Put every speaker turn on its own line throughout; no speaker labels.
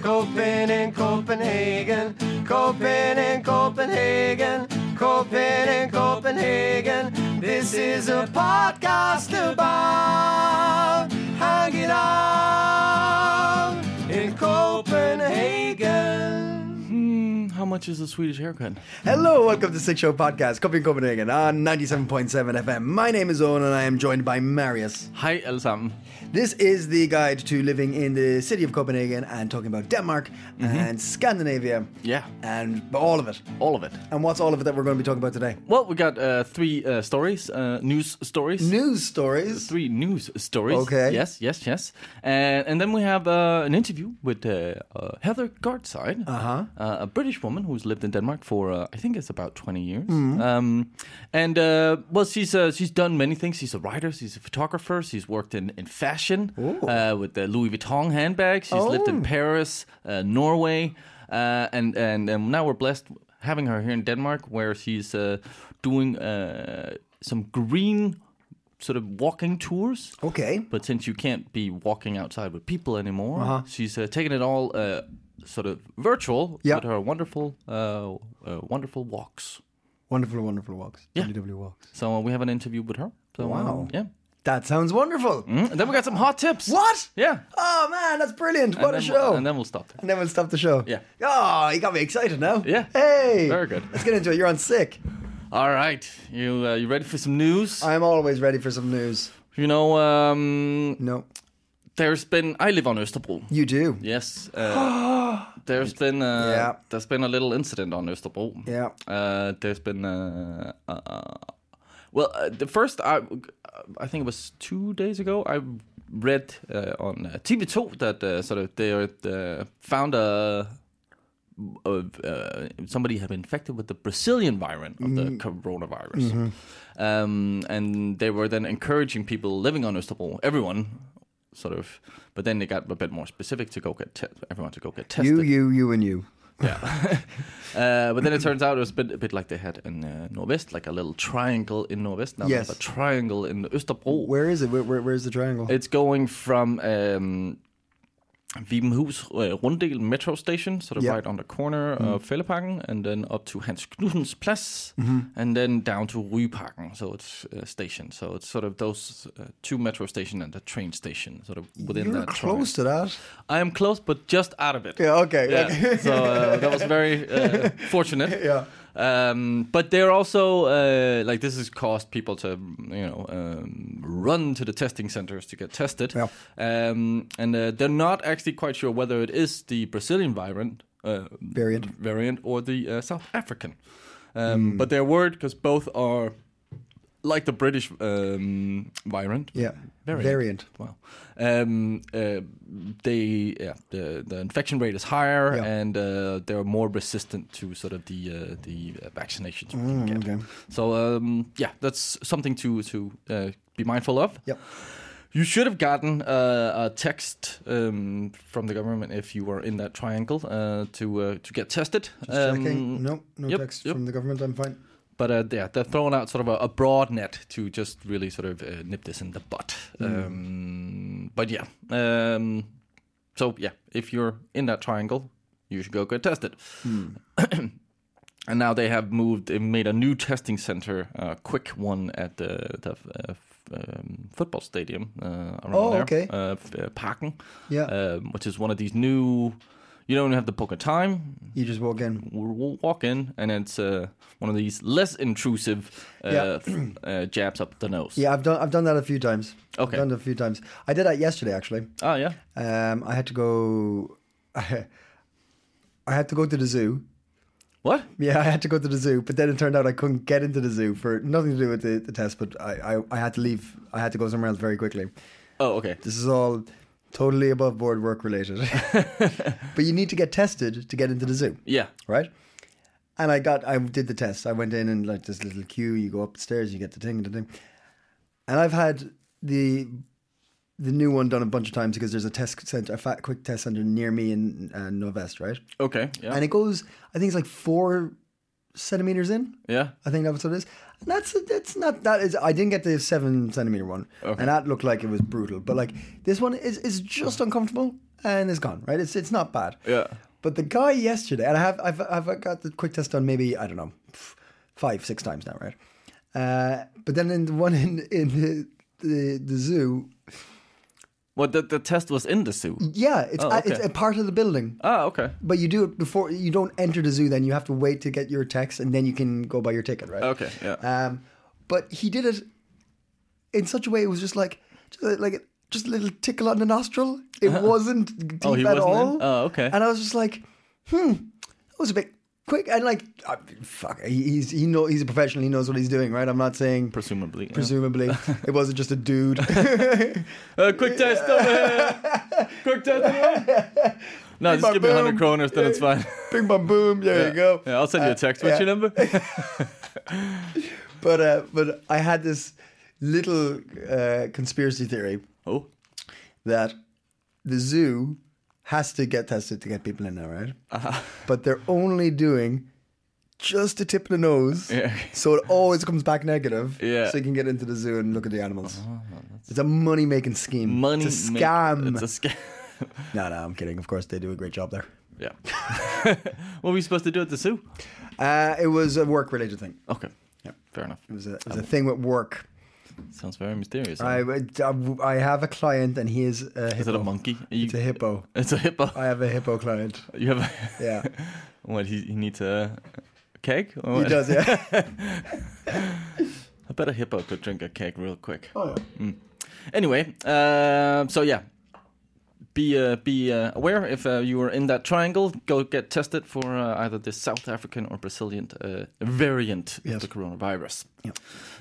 Copen in Copenhagen, Copen in Copenhagen, Copen in Copenhagen. This is a podcast about hanging out in Copenhagen.
Hmm, how much is a Swedish haircut?
Hello, welcome to Six Show Podcast, Copy Copenhagen on 97.7 FM. My name is Owen and I am joined by Marius.
Hej allesammen.
This is the guide to living in the city of Copenhagen and talking about Denmark and Scandinavia.
Mm-hmm. Yeah.
And all of it.
All of it.
And what's all of it that we're going to be talking about today?
Well, we got uh, three uh, stories, uh, news stories.
News stories.
three news stories.
Okay.
Yes, yes, yes. And, and then we have uh, an interview with uh, uh, Heather Gardside, uh-huh. a British woman who's lived in Denmark for, uh, I think it's about 20 years. Um, and, uh, well, she's uh, she's done many things. She's a writer, she's a photographer, she's worked in, in fashion uh, with the Louis Vuitton handbag. She's lived in Paris, uh, Norway. Uh, and, and, and now we're blessed having her here in Denmark where she's uh, doing uh, some green sort of walking tours.
Okay.
But since you can't be walking outside with people anymore,
Uh-huh.
she's uh, taking it all uh, sort of virtual
Yeah.
with her wonderful, uh, uh, wonderful walks.
Wonderful, wonderful walks.
Yeah.
WW walks.
So uh, we have an interview with her. So, uh,
Wow.
yeah.
That sounds wonderful.
Mm, And then we got some hot tips.
What?
Yeah.
Oh man, that's brilliant.
and
what
then
a
we'll-
show.
and then we'll stop there.
And then we'll stop the show.
Yeah.
Oh, you got me excited now.
Yeah.
Hey.
Very good.
Let's get into it. You're on sick.
All right. You uh, you ready for some news?
I'm always ready for some news.
you know, um,
No.
there's been. I live on Österbro.
You do.
Yes. Uh, there's been uh,
Yeah.
there's been a little incident on Österbro.
Yeah.
Uh, there's been uh, uh, well, uh, the first I I think it was two days ago I read uh, on uh, TV2 that uh, sort of they uh, found a. Of, uh, somebody had been infected with the Brazilian variant of the coronavirus, um, and they were then encouraging people living on Istanbul, everyone, sort of. But then they got a bit more specific to go get te- everyone to go get tested.
You, you, you, and you.
Uh, but then it turns out it was a bit, a bit like they had in uh, Norvest, like a little triangle in Norvest. Now
Yes.
there's a triangle in Österbro.
Where is it? Where, where, where's the triangle?
It's going from um, Vibenhus uh, Runddel metro station, sort of
Yeah. Mm-hmm.
right on the corner of Fælleparken, and then up to Hans Knudsen's Plads,
Mm-hmm.
and then down to Ryparken. So it's uh, station. So it's sort of those uh, two metro station and the train station, sort of within
You're
that.
close
triangle.
to that.
I am close, but just out of it.
Yeah, okay.
Yeah.
okay.
so uh, that was very uh, fortunate.
Yeah.
Um, but they're also uh, like this has caused people to you know um, run to the testing centers to get tested,
Yeah.
um, and uh, they're not actually quite sure whether it is the Brazilian variant, uh,
Variant. Hmm.
variant or the uh, South African. Um, But they're worried because both are like the British um, variant.
Yeah.
Variant.
Variant.
Wow. Um, uh, they yeah, the the infection rate is higher,
Yeah.
and uh, they're more resistant to sort of the uh, the uh, vaccinations. we can get.
Mm, okay.
So um, yeah, that's something to to uh, be mindful of.
Yep.
You should have gotten uh, a text um, from the government if you were in that triangle uh, to uh, to get tested. Um,
Checking. No, no
yep,
text
yep.
from the government. I'm fine.
But uh, yeah, they're throwing out sort of a, a broad net to just really sort of uh, nip this in the butt.
Hmm.
Um, but yeah, um, so yeah, if you're in that triangle, you should go get tested. and now they have moved and made a new testing center, a quick one at the, the uh, f- um, football stadium uh, around
Oh,
there,
okay.
uh, f- uh, Parken,
Yeah.
um, which is one of these new. You don't have to book a time
You just walk in.
we'll, we'll walk in, and it's uh, one of these less intrusive uh,
Yeah.
th- uh, jabs up the nose.
Yeah, I've done. I've done that a few times.
Okay.
I've done it a few times. I did that yesterday, actually.
Oh yeah.
Um, I had to go. I had to go to the zoo,
What?
Yeah, I had to go to the zoo, but then it turned out I couldn't get into the zoo for nothing to do with the, the test, but I, I, I had to leave. I had to go somewhere else very quickly.
Oh, okay.
This is all totally above board work related. but you need to get tested to get into the zoo.
Yeah.
Right? And I got, I did the test. I went in and like this little queue, you go upstairs, you get the thing, the thing. And I've had the the new one done a bunch of times because there's a test center, a fat quick test center near me in uh, Novest, right?
Okay. Yeah.
And it goes, I think it's like four centimeters in.
yeah.
I think that's what it is. And that's that's not that is. I didn't get the seven centimeter one, and that looked like it was brutal. But like this one is is just uncomfortable and it's gone. Right? It's it's not bad.
Yeah.
But the guy yesterday, and I have I've I've got the quick test done maybe I don't know f- five six times now, right? Uh, but then in the one in in the the, the zoo,
Well, the, the test was in the zoo.
yeah, it's
Oh,
a-
okay.
it's a part of the building.
Ah, okay.
But you do it before you don't enter the zoo. Then you have to wait to get your text, and then you can go buy your ticket, right?
Okay. Yeah.
Um, but he did it in such a way it was just like just like just a little tickle on the nostril. It wasn't deep
Oh, he
at
wasn't
all.
in? Oh, okay.
And I was just like, hmm, that was a bit quick. And like, I, fuck, he- he's he know he's a professional. He knows what he's doing, right? I'm not saying
Presumably. yeah.
presumably it wasn't just a dude.
Uh, quick test over here. Quick test. over here. No, just give me 100
boom.
kroners, then it's fine.
Bing, bam, boom. There you go. Uh,
Yeah, I'll send you a text. What's
yeah.
your number?
But uh, but I had this little uh, conspiracy theory
oh.
that the zoo has to get tested to get people in now, right?
Uh-huh.
But they're only doing just the tip of the nose,
Yeah.
so it always comes back negative.
Yeah. Oh,
so you can get into the zoo and look at the animals. it's a money making scheme.
Money.
it's a
ma-
scam.
it's a scam.
no, no, I'm kidding. Of course, they do a great job there.
yeah. what were we supposed to do at the zoo?
Uh, it was a work related thing.
Okay. Yeah. Fair enough.
It was a, it
Um,
was a thing with work.
Sounds very mysterious.
I, I have a client, and he is a
Is it
hippo.
a monkey? Are you-
It's a hippo.
It's a hippo.
I have a hippo client.
you have a,
Yeah,
what? He, he needs a keg?
he
Or what?
does. Yeah.
I bet a hippo could drink a keg real quick. Anyway, um, so yeah, be uh, be uh, aware if uh, you are in that triangle, go get tested for uh, either the South African or Brazilian uh, variant of
Yes.
the coronavirus.
Yeah.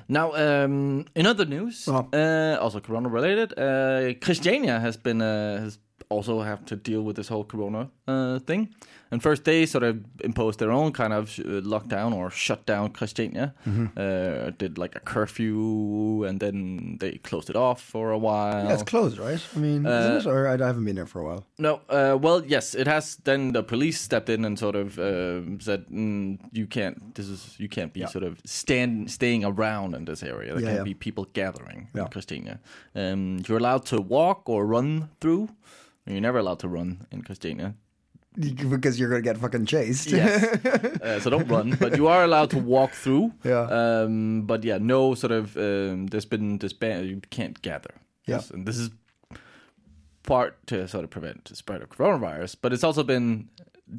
Now, um, in other news,
Oh.
uh, also corona related, uh, Christiania has been uh, has also have to deal with this whole corona uh, thing. And first they sort of imposed their own kind of uh, lockdown or shut down Christiania.
Mm-hmm.
Uh, did like a curfew, and then they closed it off for a while.
Yeah, it's closed, right? I mean,
Uh,
isn't it? Or I I haven't been there for a while.
No, uh, well, yes, it has. Then the police stepped in and sort of um said, mm, "You can't. This is you can't be
Yeah.
sort of stand staying around in this area. There
Yeah,
can't
yeah.
be people gathering."
Yeah.
In Christina, um, you're allowed to walk or run through. You're never allowed to run in Christina.
Because you're going to get fucking chased.
Yes. uh, so don't run, but you are allowed to walk through.
Yeah.
Um, but yeah, no sort of. Um, there's been this ban. You can't gather.
Yeah.
Yes, and this is part to sort of prevent the spread of coronavirus, but it's also been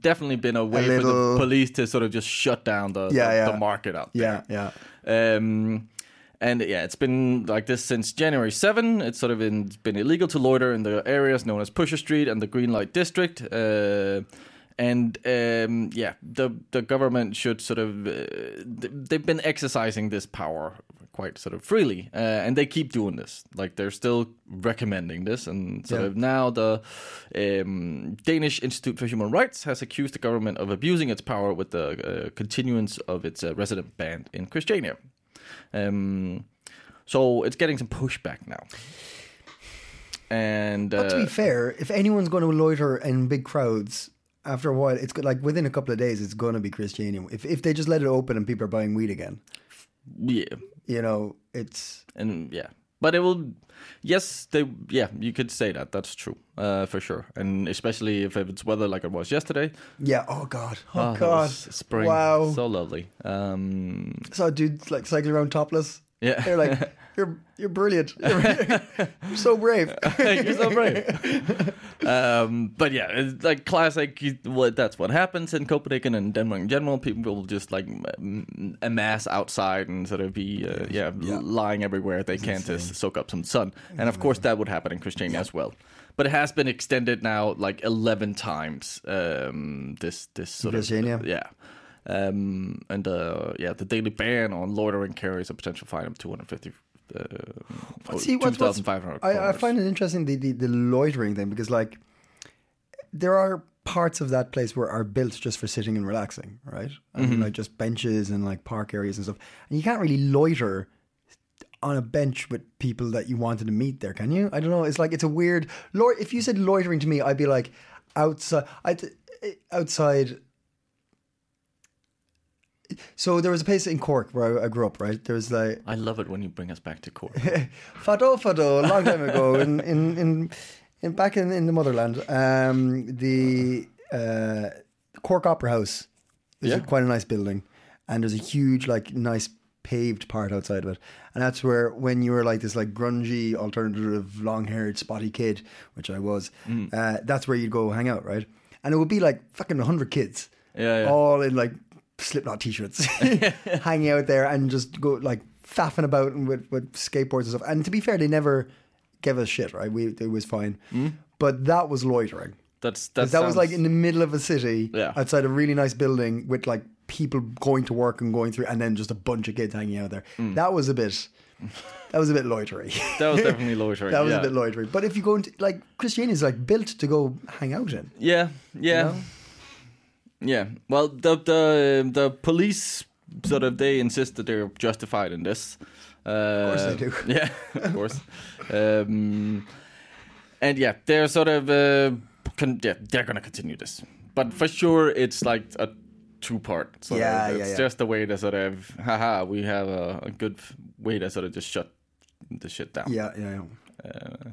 definitely been a way for the
little-
police to sort of just shut down the
Yeah,
the,
yeah.
the market out there.
yeah, yeah.
Um, and yeah, it's been like this since January 7. It's sort of been, been illegal to loiter in the areas known as Pusher Street and the Green Light District. Uh, and um, yeah, the the government should sort of uh, th- they've been exercising this power quite sort of freely, uh, and they keep doing this. Like they're still recommending this, and sort
Yeah.
of now the um, Danish Institute for Human Rights has accused the government of abusing its power with the uh, continuance of its uh, resident ban in Christiania. Um, so it's getting some pushback now. And uh,
But to be fair, if anyone's going to loiter in big crowds, after a while, it's go- like within a couple of days, it's going to be Christianium. If, if they just let it open and people are buying weed again,
yeah,
you know, it's.
and yeah, but it will. Yes, they. Yeah, you could say that. That's true, uh, for sure. And especially if, if it's weather like it was yesterday.
Yeah, oh God.
Ah,
Oh,
that
God.
was spring.
Wow.
so lovely. Um,
saw dudes like cycling around topless.
Yeah.
They're like, you're, you're brilliant. You're, you're so brave.
You're so brave. um, but yeah, it's like classic. you- Well, that's what happens in Copenhagen and Denmark in general. People will just like m- amass outside and sort of be uh, yeah, lying everywhere they can to s- soak up some sun. And
Mm-hmm.
of course, that would happen in Christiania as well. But it has been extended now like eleven times. Um, this this sort
Christiania?
of yeah. Um, and uh, yeah, the daily ban on loitering carries a potential fine of 250. Uh,
See, what's, what's
2,500
I, I
kroners.
find it interesting the, the the loitering thing because like there are parts of that place where are built just for sitting and relaxing, right? I mean, like just benches and like park areas and stuff, and you can't really loiter on a bench with people that you wanted to meet there, can you? I don't know. It's like it's a weird. Lo- if you said loitering to me, I'd be like outside. I outside. So there was a place in Cork where I, I grew up, right? There was like
I love it when you bring us back to court.
Fado Fado, a long time ago, in in in, in back in, in the motherland, um, the uh, Cork Opera House is
Yeah.
quite a nice building, and there's a huge like nice paved part outside of it, and that's where when you were like this like grungy alternative long haired spotty kid, which I was,
Mm.
uh, that's where you'd go hang out, right? And it would be like fucking hundred kids,
Yeah, yeah.
all in like Slipknot t-shirts, hanging out there and just go like faffing about and with, with skateboards and stuff. And to be fair, they never gave us shit, right? We it was fine,
Mm.
but that was loitering. 'Cause
That's that.
that was
sounds-
like in the middle of a city,
Yeah.
outside a really nice building with like people going to work and going through, and then just a bunch of kids hanging out there. That was a bit. That was a bit loitery.
that was definitely Mm. loitering.
that was
yeah.
a bit loitery. But if you go into like Christianity is like built to go hang out in.
Yeah, yeah, yeah. Well, the the the police sort of they insist that they're justified in this. Uh, of
course they do.
Yeah, of course. um, and yeah, they're sort of uh, con- yeah, they're gonna continue this, but for sure it's like a two part. Sort
Yeah,
of.
yeah,
it's
yeah.
just a way to sort of haha, we have a, a good f- way to sort of just shut the shit down.
Yeah, yeah, yeah.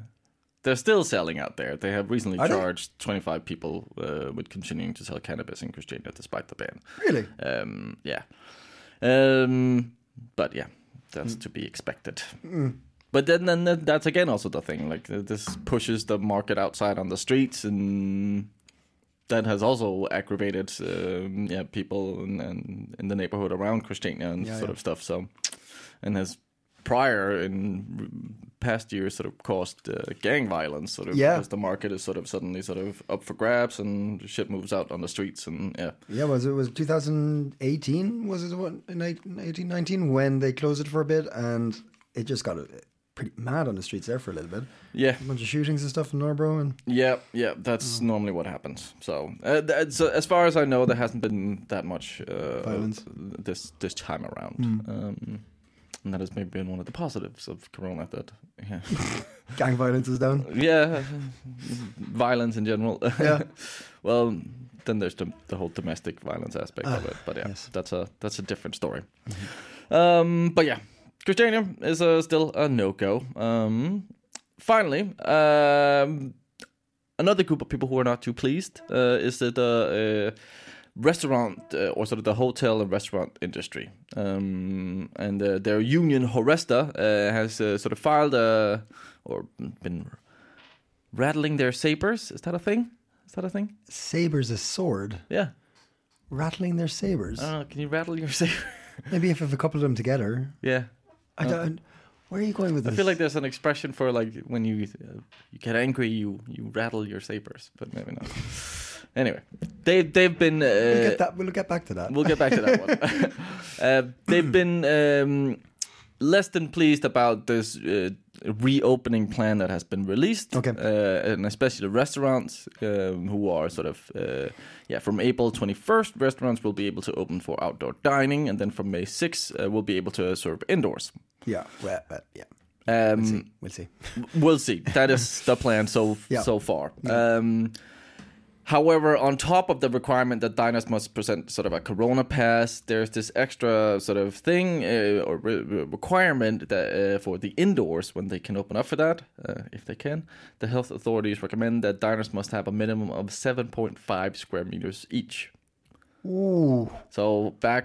They're still selling out there. They have recently
Are they?
charged 25 people uh, with continuing to sell cannabis in Christiania despite the ban.
Really?
Um, yeah. Um, but yeah, that's
Mm.
to be expected. But then, then that- that's again also the thing. Like th- this pushes the market outside on the streets, and that has also aggravated um, yeah people and, and in the neighborhood around Christiania and
Yeah,
sort
yeah.
of stuff. So, and has prior in past years sort of caused uh, gang violence. Sort of
Yeah.
because the market is sort of suddenly sort of up for grabs, and shit moves out on the streets, and yeah.
Yeah, was it was 2018? Was it what in 18, 19 when they closed it for a bit and it just got uh, pretty mad on the streets there for a little bit.
Yeah,
A bunch of shootings and stuff in Norbro and
Yeah, yeah, that's normally what happens. So, uh, th- so as far as I know, there hasn't been that much uh,
Violence.
this this time around, um, and that has maybe been one of the positives of Corona. That yeah,
gang violence is down.
yeah, violence in general.
Yeah.
well, then there's the, the whole domestic violence aspect of it, but yeah,
Ah, yes. Mm-hmm.
that's a that's a different story. Um, but yeah, Christiania is uh, still a no go. Um, finally, um, another group of people who are not too pleased uh, is that the uh, restaurant uh, or sort of the hotel and restaurant industry. Um, and uh, their union, Horesta, uh, has uh, sort of filed a, or been rattling their sabers. Is that a thing? Is that a thing?
Sabers a sword,
Yeah.
rattling their sabers.
I don't know. Can you rattle your saber?
Maybe if I have a couple of them together.
yeah.
I don't Where are you going with
I
this?
feel like there's an expression for like when you uh, you get angry, you you rattle your sabers, but maybe not. anyway, they they've been. Uh,
we'll get that we'll get back to that.
We'll get back to that one. uh, they've been um, less than pleased about this uh, reopening plan that has been released.
Okay.
Uh, and especially the restaurants um, who are sort of, uh, yeah, from April 21st, restaurants will be able to open for outdoor dining. And then from May 6th, uh, we'll be able to serve indoors.
yeah, well, well, yeah.
Um,
We'll see.
we'll see. That is the plan so
Yeah.
so far. Um, however, on top of the requirement that diners must present sort of a corona pass, there's this extra sort of thing uh, or re- re- requirement that uh, for the indoors when they can open up for that, uh, if they can. The health authorities recommend that diners must have a minimum of 7.5 square meters each.
Ooh.
So back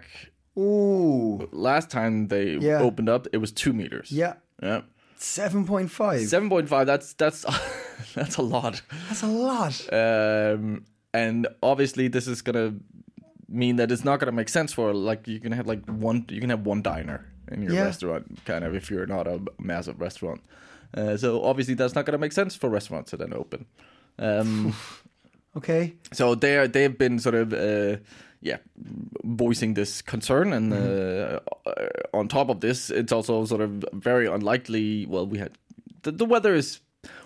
Ooh.
last time they
Yeah.
opened up, it was two meters.
Yeah.
Yeah.
7.5.
Seven point five. That's that's that's a lot.
That's a lot.
um, and obviously this is gonna mean that it's not gonna make sense for like you can have like one you can have one diner in your
Yeah.
restaurant kind of if you're not a massive restaurant uh, so obviously that's not gonna make sense for restaurants to then open um,
Okay.
so they are they've been sort of uh, yeah, voicing this concern. And
Mm-hmm.
uh, uh, on top of this, it's also sort of very unlikely. Well, we had the, the weather is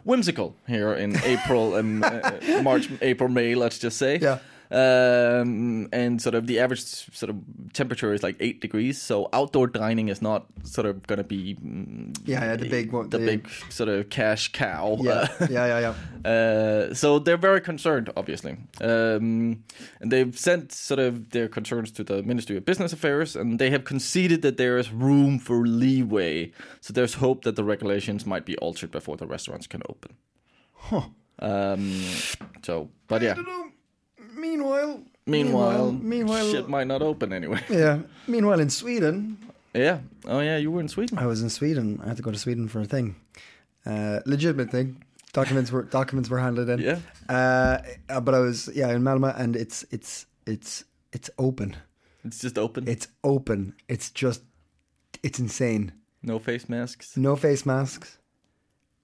whimsical here in April and uh, March, April, May. Let's just say,
Yeah.
Um, and sort of the average sort of temperature is like eight degrees, so outdoor dining is not sort of going to be mm,
Yeah, yeah, the big one-
the,
the-
big sort of cash cow.
Yeah, yeah, yeah, yeah.
Uh, so they're very concerned, obviously, um, and they've sent sort of their concerns to the Ministry of Business Affairs, and they have conceded that there is room for leeway. So there's hope that the regulations might be altered before the restaurants can open. Huh. Um, so, but yeah.
Meanwhile,
Meanwhile,
meanwhile,
shit might not open anyway.
yeah. Meanwhile, in Sweden,
yeah. Oh yeah, you were in Sweden.
I was in Sweden. I had to go to Sweden for a thing, uh, legitimate thing. Documents were documents were handed in.
Yeah.
Uh, uh, but I was yeah in Malmo, and it's it's it's it's open.
It's just open.
It's open. It's just it's insane.
no face masks.
No face masks.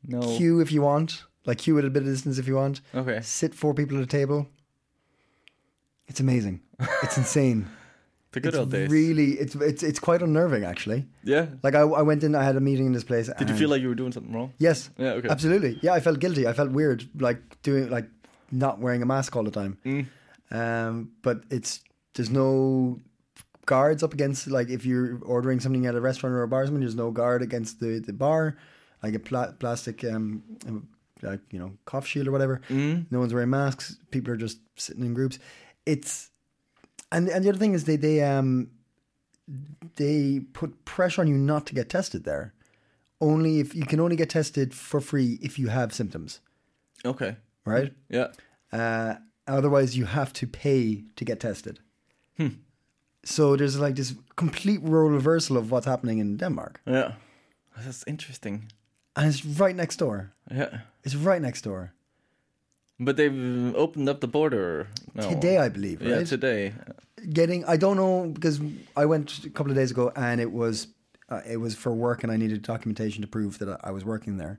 No.
Queue if you want. Like queue at a bit of distance if you want.
Okay.
Sit four people at a table. It's amazing. It's insane.
The good
it's
old days.
Really, it's it's it's quite unnerving actually.
yeah.
Like I, I went in, I had a meeting in this place.
Did you feel like you were doing something wrong?
Yes.
Yeah, okay.
Absolutely. Yeah, I felt guilty. I felt weird, like doing like not wearing a mask all the time.
Mm.
Um, but it's there's no guards up against like if you're ordering something at a restaurant or a bar, or something, there's no guard against the the bar, like a pla- plastic um. Like you know, cough shield or whatever.
Mm.
No one's wearing masks. People are just sitting in groups. It's and and the other thing is they they um they put pressure on you not to get tested there. Only if you can only get tested for free if you have symptoms,
Okay.
right?
Yeah.
Uh, otherwise, you have to pay to get tested. So there's like this complete role reversal of what's happening in Denmark,
Yeah. That's interesting.
and it's right next door.
Yeah.
It's right next door.
But they've opened up the border now.
Today, I believe, right?
Oh. Yeah, today.
getting i don't know because i went a couple of days ago and it was uh, it was for work and i needed documentation to prove that i was working there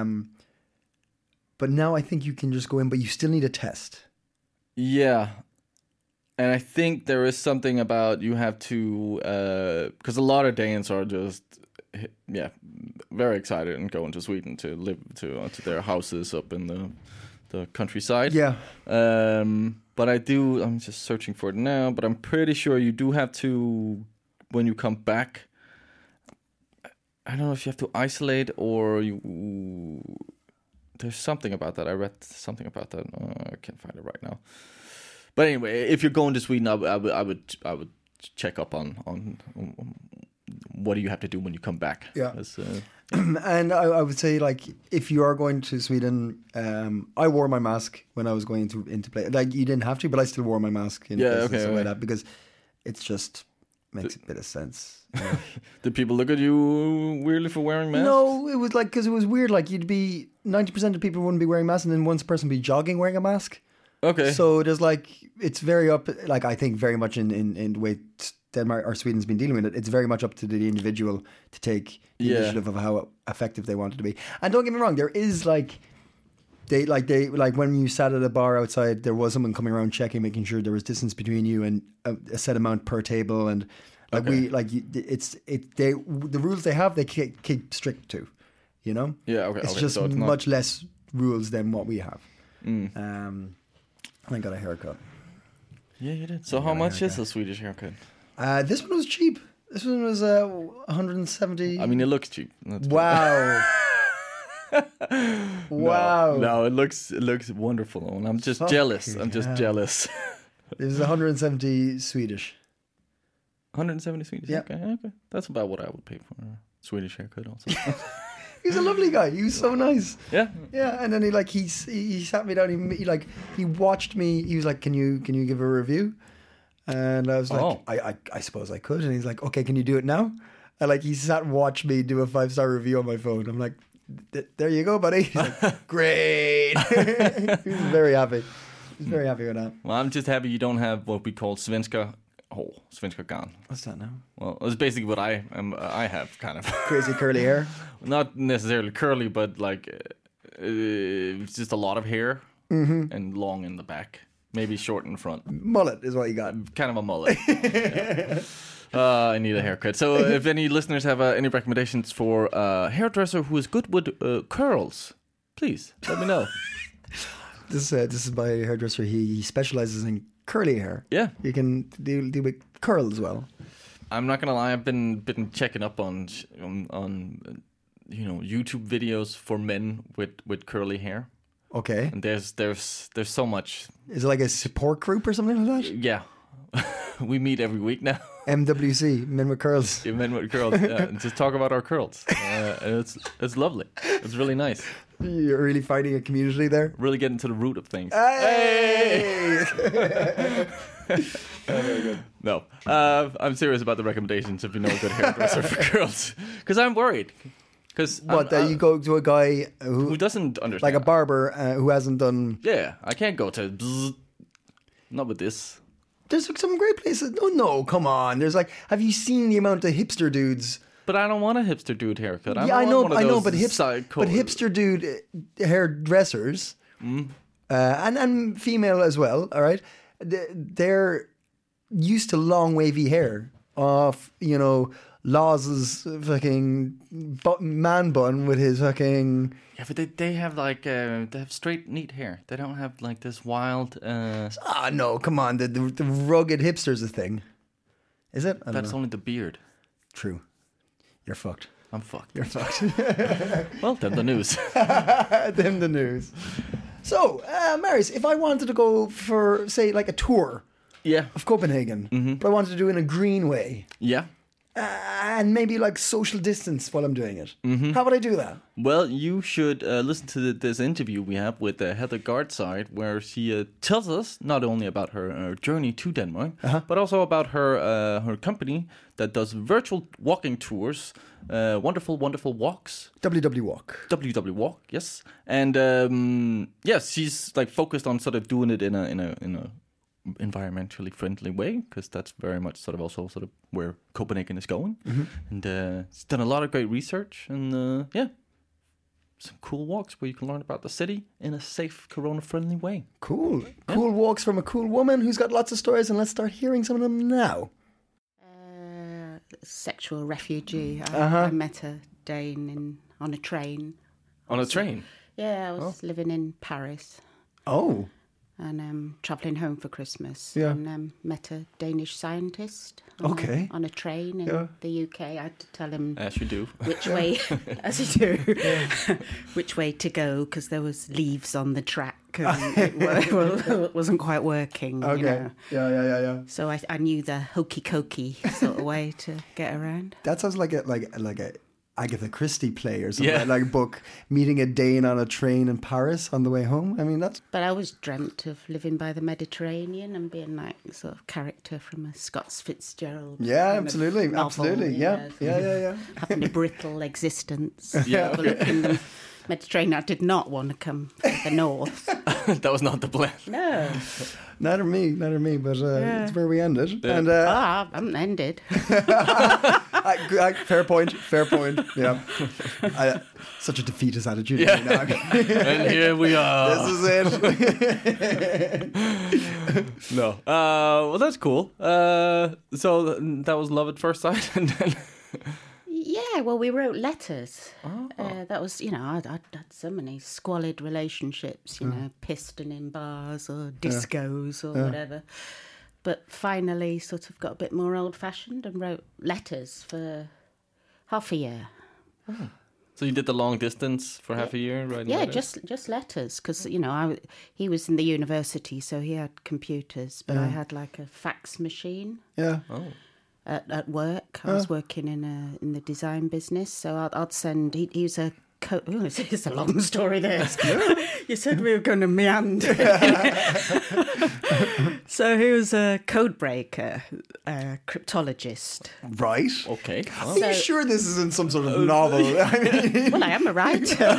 um, but now i think you can just go in but you still need a test
Yeah. And I think there is something about you have to, because a lot of Danes are just, yeah, very excited and going to Sweden to live to, uh, to their houses up in the the countryside.
yeah
Um, but I do. I'm just searching for it now. But I'm pretty sure you do have to when you come back. I don't know if you have to isolate or you. There's something about that. I read something about that. Uh, I can't find it right now. But anyway, if you're going to Sweden, I, would- I would I would I would check up on on. on what do you have to do when you come back?
Yeah.
That's, uh,
and I, I would say like if you are going to sweden um, i wore my mask when i was going into into play like you didn't have to but i still wore my mask in
Yeah,
places
okay,
and
okay.
like that because it's just makes a bit of sense
did people look at you weirdly for wearing masks?
No, it was like because it was weird. Like you'd be ninety percent of people wouldn't be wearing masks, and then one person would be jogging wearing a mask.
Okay.
So there's like it's very up. Like I think very much in in, in the way Denmark or Sweden's been dealing with it. It's very much up to the individual to take the
Yeah.
initiative of how effective they want it to be. And don't get me wrong, there is like. They like they like when you sat at a bar outside, there was someone coming around checking, making sure there was distance between you and a, a set amount per table, and like we like you, it's it they the rules they have they keep, keep strict to, you know.
Yeah, okay,
It's
okay,
just
so it's not- Mm.
much less rules than what we have. Um, and I got a haircut.
Yeah, you did. So how much is a Swedish haircut?
Uh, this one was cheap. This one was uh, 170.
I mean, it looks cheap. Let's be
wow. wow.
No, it looks it looks wonderful, and I'm just
Fuck
jealous. I'm just jealous.
It was 170 Swedish.
170 Swedish.
Yeah.
Okay, okay, that's about what I would pay for a Swedish haircut. Also,
He was a lovely guy. He was so nice.
yeah,
Yeah, and then he like he s- he he sat me down. He, he like he watched me. He was like, "Can you can you give a review?" And I was like,
Oh.
I, "I I suppose I could." And he's like, "Okay, can you do it now?" And like he sat and watched me do a five star review on my phone. I'm like, "Th- "There you go, buddy." He's like, Great. he was very happy. He was very happy with that.
well, I'm just happy you don't have what we call svenska. Oh, svenska gan.
What's that now?
Well, it's basically what I am. uh, I have kind of
Crazy curly hair.
not necessarily curly,
Mm-hmm.
but like uh, uh, it's just a lot of hair and long in the back. Maybe short in front.
Mullet is what you got.
kind of a mullet. Yeah. Uh, I need a haircut. So, if any listeners have uh, any recommendations for a uh, hairdresser who is good with uh, curls, please let me know.
This uh, this is my hairdresser. He, he specializes in curly hair.
Yeah.
you can do do with curl as well.
I'm not gonna lie. I've been been checking up on sh- on, on uh, you know YouTube videos for men with with curly hair,
Okay,
and there's there's there's so much.
is it like a support group or something like that?
Yeah, we meet every week now.
MWC, men with curls.
Yeah, men with curls. Yeah, and just talk about our curls. Uh, and it's it's lovely. It's really nice.
You're really finding a community there.
Really getting to the root of things.
Hey!
No, uh, I'm serious about the recommendations. If you know a good hairdresser for curls, because I'm worried. Because
But that you go to a guy who,
who doesn't understand?
like a barber, uh, who hasn't done.
yeah, I can't go to. Bzzz, not with this.
There's like, some great places. Oh no, come on. There's like, have you seen the amount of hipster dudes?
But I don't want a hipster dude haircut. I
yeah, I
want
know,
one of
I know,
those
but hipster,
psycho-
but hipster dude uh, hairdressers,
Mm.
uh, and and female as well. All right, They- they're used to long wavy hair off, you know, Laws's fucking bu- man bun with his fucking.
Yeah, but they, they have like uh, they have straight, neat hair. They don't have like this wild. Uh,
Ah, no, come on, the, the the rugged hipster's a thing, is it? I don't
that's
know.
only the beard.
True. You're fucked.
I'm fucked.
You're fucked.
Well, then the news.
then the news. So, uh, Marius, if I wanted to go for, say, like a tour
yeah,
of Copenhagen, but I wanted to do it in a green way uh,
yeah.
and maybe like social distance while I'm doing it, how would I do that?
Well, you should uh, listen to the, this interview we have with uh, Heather Gardside, where she uh, tells us not only about her, uh journey to Denmark, but also about her uh, her company that does virtual walking tours, uh, wonderful, wonderful walks,
WW Walk.
WW Walk, yes, and um, yes, she's like focused on sort of doing it in a in a in a environmentally friendly way because that's very much sort of also sort of where Copenhagen is going, and uh, she's done a lot of great research and uh, yeah, some cool walks where you can learn about the city in a safe, corona-friendly way.
Cool. Cool walks from a cool woman who's got lots of stories, and let's start hearing some of them now.
uh, sexual refugee.
Mm.
I,
Uh-huh.
I met a Dane in, on a train.
On a train,
Yeah, I was living in Paris
Oh,
and um, traveling home for Christmas.
Yeah.
And um, met a Danish scientist. On
Okay.
A, on a train in the UK. I had to tell him
as you do.
which way, as you do, which way to go because there was leaves on the track and it, wa- wasn't quite working. You know.
Yeah, yeah, yeah, yeah.
So I, I knew the hokey cokey sort of way to get around.
That sounds like a like like a Agatha Christie play or something
Yeah.
like a book. Meeting a Dane on a train in Paris on the way home. I mean, that's
But I always dreamt of living by the Mediterranean and being like sort of character from a Scots Fitzgerald.
yeah,
kind of
absolutely,
novel,
absolutely,
you
yeah,
know,
yeah, yeah, yeah.
Having a brittle existence. Yeah. Overlooking the Mediterranean. I did not want to come from the north.
that was not the plan.
No.
Neither me, neither me, but uh, it's where we ended. And
Ah,
uh,
I haven't ended.
I- g- I- fair point, fair point. Yeah, I, such a defeatist attitude. Yeah.
and here we are.
this is it.
No. Uh, well, that's cool. Uh, so th- that was love at first sight, and then
Yeah, well, we wrote letters. Uh, that was, you know, I'd, I'd had so many squalid relationships, you know, piston in bars or discos or whatever. But finally, sort of got a bit more old fashioned and wrote letters for half a year.
so you did the long distance for half a year, right?
Yeah, just just letters because you know I w- he was in the university, so he had computers, but I had like a fax machine.
yeah,
at, at work. I was working in a in the design business, so I'd, I'd send. He, he was a co- Ooh, it's, it's a long story. There, you said we were going to meander. so he was a code breaker, a cryptologist.
right.
okay.
Are you sure this isn't some sort of novel? I mean,
Well, I am a writer.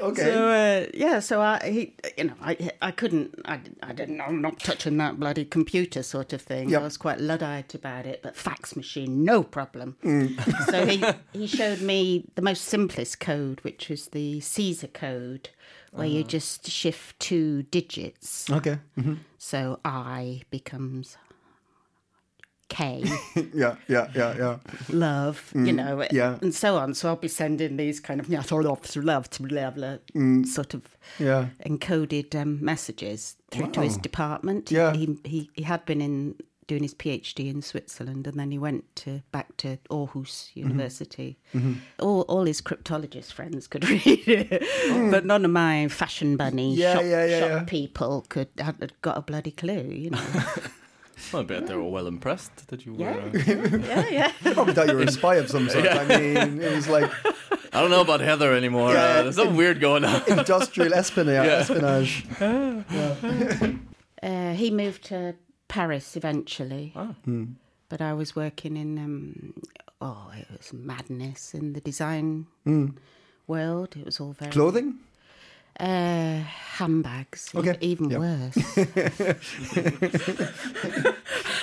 okay.
So uh, yeah, so I he, you know I I couldn't I, didn't- I didn't I'm not touching that bloody computer sort of thing.
Yep.
I was quite luddite about it, but fax machine no problem.
Mm.
so he he showed me the most simplest code, which was the Caesar code, where you
Uh-huh.
just shift two digits.
okay. Mm-hmm.
So I becomes K,
Yeah, yeah, yeah, yeah.
love, you know,
Mm. yeah.
and so on. So I'll be sending these kind of yeah, sort of through love to blah blah
Mm.
sort of
Yeah.
encoded um, messages through to his department.
Yeah.
He, he he had been in doing his PhD in Switzerland and then he went to back to Aarhus
Mm-hmm.
University. All all his cryptologist friends could read it. But none of my fashion bunny
Oh. Yeah,
shop,
yeah, yeah,
shop
yeah.
people could had, had got a bloody clue, you know.
Well, I bet they were well impressed that you were. Uh,
yeah, yeah.
I probably thought you were a spy of some sort. I mean, it was like
I don't know about Heather anymore. Uh, there's something weird going on.
industrial espionage. espionage.
Uh, he moved to Paris eventually,
Hmm.
but I was working in um, oh, it was madness in the design
Hmm.
world. It was all very
Clothing?
uh, handbags. e-
Okay.
even
Yep.
worse.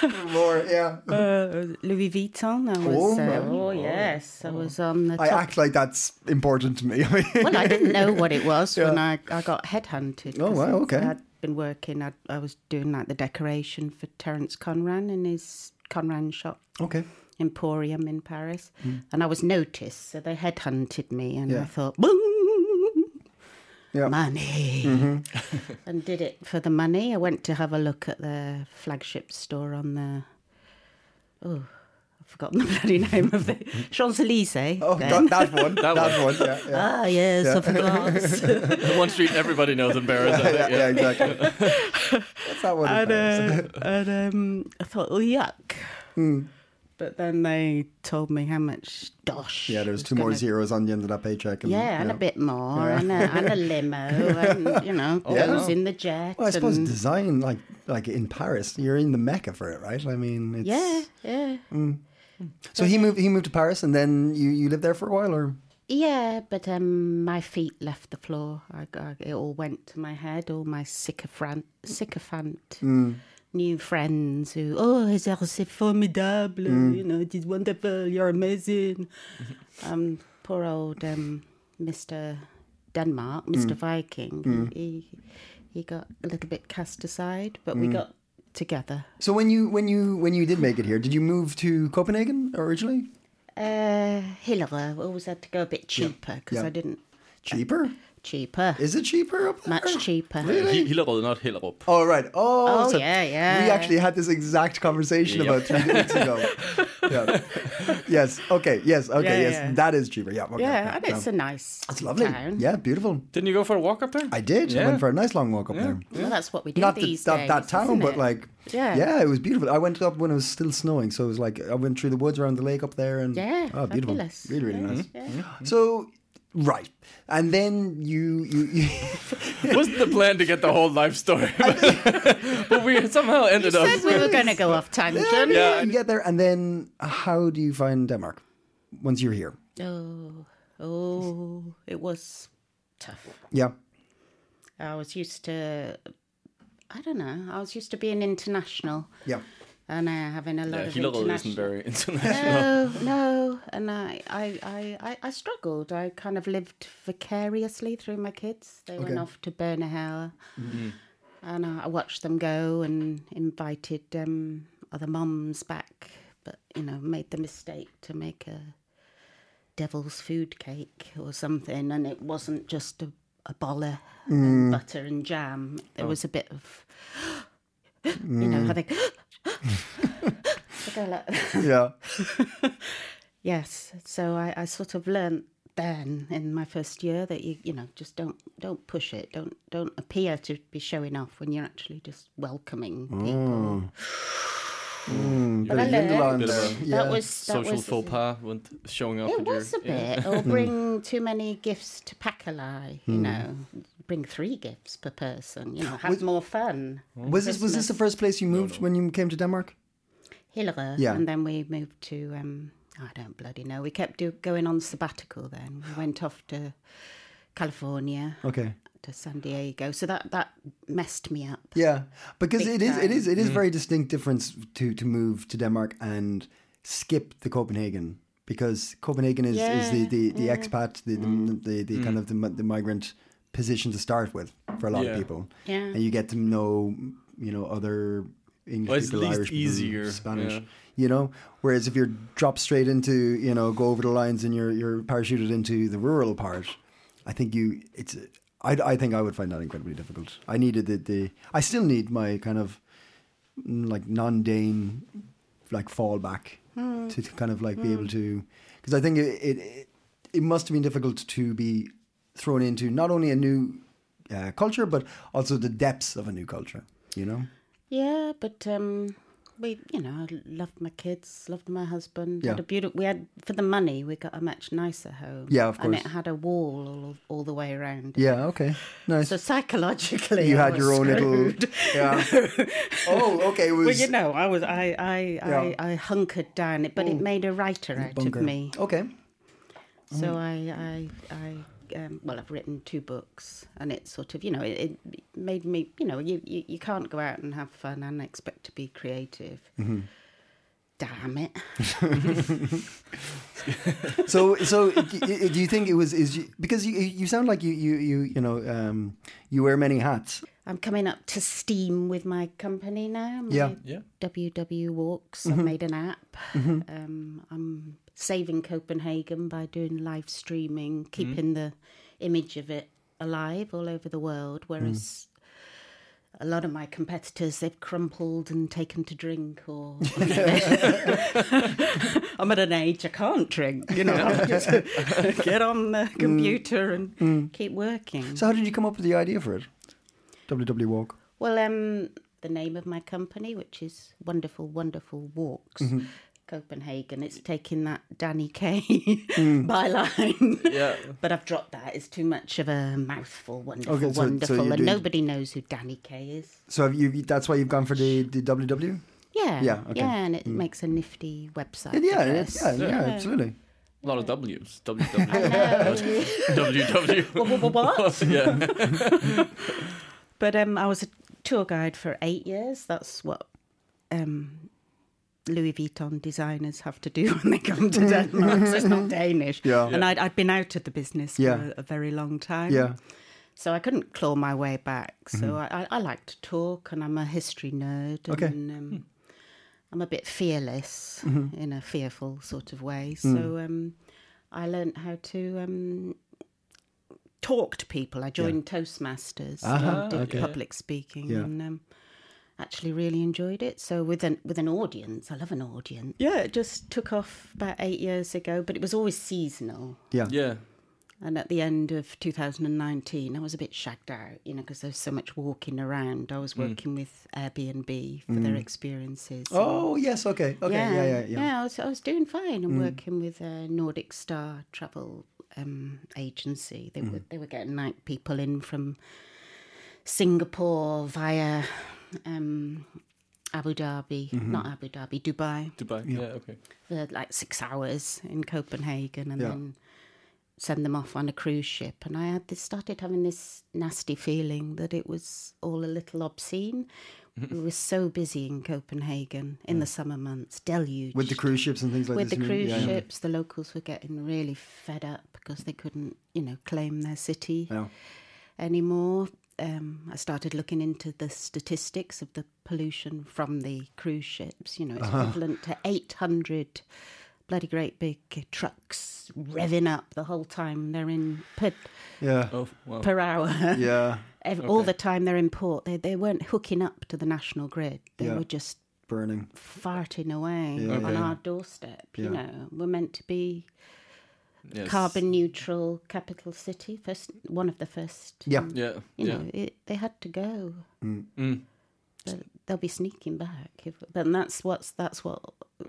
More, yeah.
uh, Louis Vuitton. I was.
Oh,
Oh,
my.
uh, oh yes, I was on the
I
top.
act like that's important to me. I mean,
well, I didn't know what it was when I, I got headhunted.
Oh,
'cause
wow,
I-
okay.
I'd been working. I, I was doing like the decoration for Terence Conran in his Conran shop.
okay.
Emporium in Paris, and I was noticed, so they headhunted me, and
Mm. Yeah.
I thought, boom,
Yeah.
money,
Mm-hmm.
and did it for the money. I went to have a look at their flagship store on the, oh, I've forgotten the bloody name of the Champs Elysees.
Oh, that, that one. That, one. Yeah, yeah.
Ah, yes, I forgot.
One street everybody knows in Paris.
yeah,
I think,
yeah, exactly. That's that one.
and uh, and um, I thought, oh, yuck.
Mm.
But then they told me how much dosh.
yeah, there was
it
two more
gonna
zeros on the end of that paycheck. And,
Yeah, and a bit more, and, a, and a limo, and you know, goes in the jet.
Well, I suppose
and,
design, like like in Paris, you're in the mecca for it, right? I mean, it's...
yeah, yeah,
So he moved. He moved to Paris, and then you, you lived there for a while, or
yeah. But um, my feet left the floor. I, I, it all went to my head. All my sycophant, sycophant.
Hmm.
New friends who, oh, Heather, c'est formidable,
Hmm.
you know, it is wonderful, you're amazing. um, poor old um, Mr. Denmark,
Hmm.
Mr. Viking, he, he got a little bit cast aside, but
Hmm.
we got together.
so when you when you when you did make it here, did you move to Copenhagen originally?
Uh, Hillera always had to go a bit cheaper because
yeah.
I didn't
Cheaper?
cheaper,
Is it cheaper up there?
much cheaper.
yeah. He- Hillerød, not Hillerød.
Oh right. Oh,
Oh,
so
yeah, yeah.
We actually had this exact conversation
Yep.
about three weeks ago. Yeah. Yes. Okay. Yes. Okay.
Yeah,
yes.
yeah.
That is cheaper. Yeah. Okay.
Yeah, and it's a nice.
It's lovely.
Town.
Yeah. Beautiful.
Didn't you go for a walk up there?
I did. I
Yeah.
went for a nice long walk up there.
Well, that's what we do
Not the,
these
that,
days.
that town,
isn't
but
it?
like,
Yeah.
yeah, it was beautiful. I went up when it was still snowing, so it was like I went through the woods around the lake up there, and
yeah,
oh, beautiful,
fabulous.
really, really
Yeah,
nice.
Mm-hmm.
Mm-hmm.
yeah.
So, right, and then you, you, you
Wasn't the plan to get the whole life story, but we somehow ended up.
Said we were going to go off tangent.
Yeah.
you get there, and then how do you find Denmark once you're here?
Oh, oh, it was tough.
Yeah,
I was used to, I don't know, I was used to being international
yeah,
and uh, having a lot
Yeah,
of
Hillerød
international.
isn't very international.
no, no, and I, I, I, I, I struggled. I kind of lived vicariously through my kids. They
Okay.
went off to Bernahau, and I, I watched them go and invited um, other mums back, but you know, made the mistake to make a devil's food cake or something, and it wasn't just a, a boller and butter and jam. There was a bit of, you know, how they. they go like-
yeah.
Yes, so I, I sort of learnt then in my first year that you you know just don't don't push it, don't don't appear to be showing off when you're actually just welcoming people.
Bit of
learned.
Yundeland
Bit of
there,
a
yeah.
Mm, That was that
Social
was,
faux pas when showing up.
It
with your-
was a bit, or bring too many gifts to Pakalai. You know, bring three gifts per person. You know, have more fun.
was this was this the first place you moved when you came to Denmark?
Hillera,
Yeah.
and then we moved to. Um, I don't bloody know. We kept do, going on sabbatical. Then we went off to California
Okay.
to San Diego. So that that messed me up.
Yeah, because
Big
it is, it
time.
is it is very distinct difference to to move to Denmark and skip the Copenhagen because Copenhagen is, is the
Yeah,
the, the expat the the, the, the kind of the, mi- the migrant position to start with for a lot of
Yeah.
people.
Yeah.
and you get to know you know other English
Well, it's
people,
at least
Irish people,
easier,
Spanish.
yeah.
You know, whereas if you're dropped straight into you know go over the lines and you're you're parachuted into the rural part, I think you it's I, I think I would find that incredibly difficult. I needed the, the I still need my kind of mm, like non Dane like fallback to, to kind of like be able to because I think it, it it- it must have been difficult to be thrown into not only a new uh, culture but also the depths of a new culture. You know.
Yeah, but um, we, you know, I loved my kids, loved my husband.
Yeah.
Had a beautiful. We had for the money, we got a much nicer home.
Yeah, of
And
course.
it had a wall all, all the way around. it.
Yeah. Okay. Nice.
So psychologically,
you
I
had
was
your own
screwed.
little. Yeah. oh, okay. It was
Well, you know, I was I I
Yeah. Oh.
I, I hunkered down, it, but it made a writer out
bunker.
of me.
Okay.
So I I I um, well, I've written two books, and it sort of you know it, it made me you know you, you you can't go out and have fun and expect to be creative. Damn it!
So, so d- i- do you think it was is you, because you you sound like you you you you know um you wear many hats.
I'm coming up to steam with my company now. My
Yeah.
Yeah.
WW Walks. I've made an app. Um, I'm saving Copenhagen by doing live streaming, keeping the image of it alive all over the world. Whereas a lot of my competitors, they've crumpled and taken to drink, or I'm at an age I can't drink. You know, I'll just get on the computer and keep working.
So, how did you come up with the idea for it? WW Walk.
Well, um, the name of my company, which is Wonderful, Wonderful Walks.
Mm-hmm.
Copenhagen, it's taking that Danny K
Mm.
byline.
Yeah.
But I've dropped that. It's too much of a mouthful, wonderful,
Okay, so- so
wonderful.
you're
and
doing-
nobody knows who Danny K is.
So have you that's why you've gone for the the WW.
Yeah.
Yeah, okay. Mm.
Yeah, and it makes a nifty website.
Yeah, yeah, yeah,
address.
yeah, absolutely.
A lot of W's. W W W W.
What?
Yeah.
But um, I was a tour guide for eight years. That's what um, Louis Vuitton designers have to do when they come to Denmark. so it's not Danish.
Yeah.
And I'd, I'd been out of the business
Yeah.
for a very long time.
Yeah.
So I couldn't claw my way back. So I, I, I like to talk and I'm a history nerd.
Okay.
And, um, I'm a bit fearless in a fearful sort of way. So um, I learnt how to um, talk to people. I joined Toastmasters, and did public speaking,
Yeah.
and um, actually really enjoyed it. So with an with an audience, I love an audience. Yeah, it just took off about eight years ago, but it was always seasonal.
Yeah.
Yeah.
And at the end of 2019, I was a bit shagged out, you know, because there's so much walking around. I was working with Airbnb for their experiences.
Hmm. Oh, yes, okay. Okay. Yeah, yeah, yeah. Hmm.
I, was, I was doing fine and working with a Nordic Star travel um, agency.
Hmm.
They were they were getting like people in from Singapore via um, Abu Dhabi,
Mm-hmm.
not Abu Dhabi, Dubai
Dubai. Yeah. Okay.
for like six hours in Copenhagen and
Yeah.
then send them off on a cruise ship. And I had this, started having this nasty feeling that it was all a little obscene.
Mm-hmm.
we were so busy in Copenhagen in the summer months, deluge.
With the cruise ships and things like
With
this.
the
you mean?
cruise
Yeah, yeah.
ships, the locals were getting really fed up because they couldn't, you know, claim their city
Yeah.
anymore. Um, I started looking into the statistics of the pollution from the cruise ships. You know,
Uh-huh.
it's equivalent to 800 bloody great big trucks revving up the whole time they're in per,
Yeah.
Oh wow.
per hour.
Yeah.
Ev- All the time they're in port. They, they weren't hooking up to the national grid, they
Yeah.
were just
Burning.
farting away on our doorstep. You
Yeah.
know, we're meant to be
Yes.
carbon neutral capital city, first one of the first
Yeah.
Yeah.
you
Yeah. Mm.
know, it, they had to go. They'll, they'll be sneaking back, if, and that's what's that's what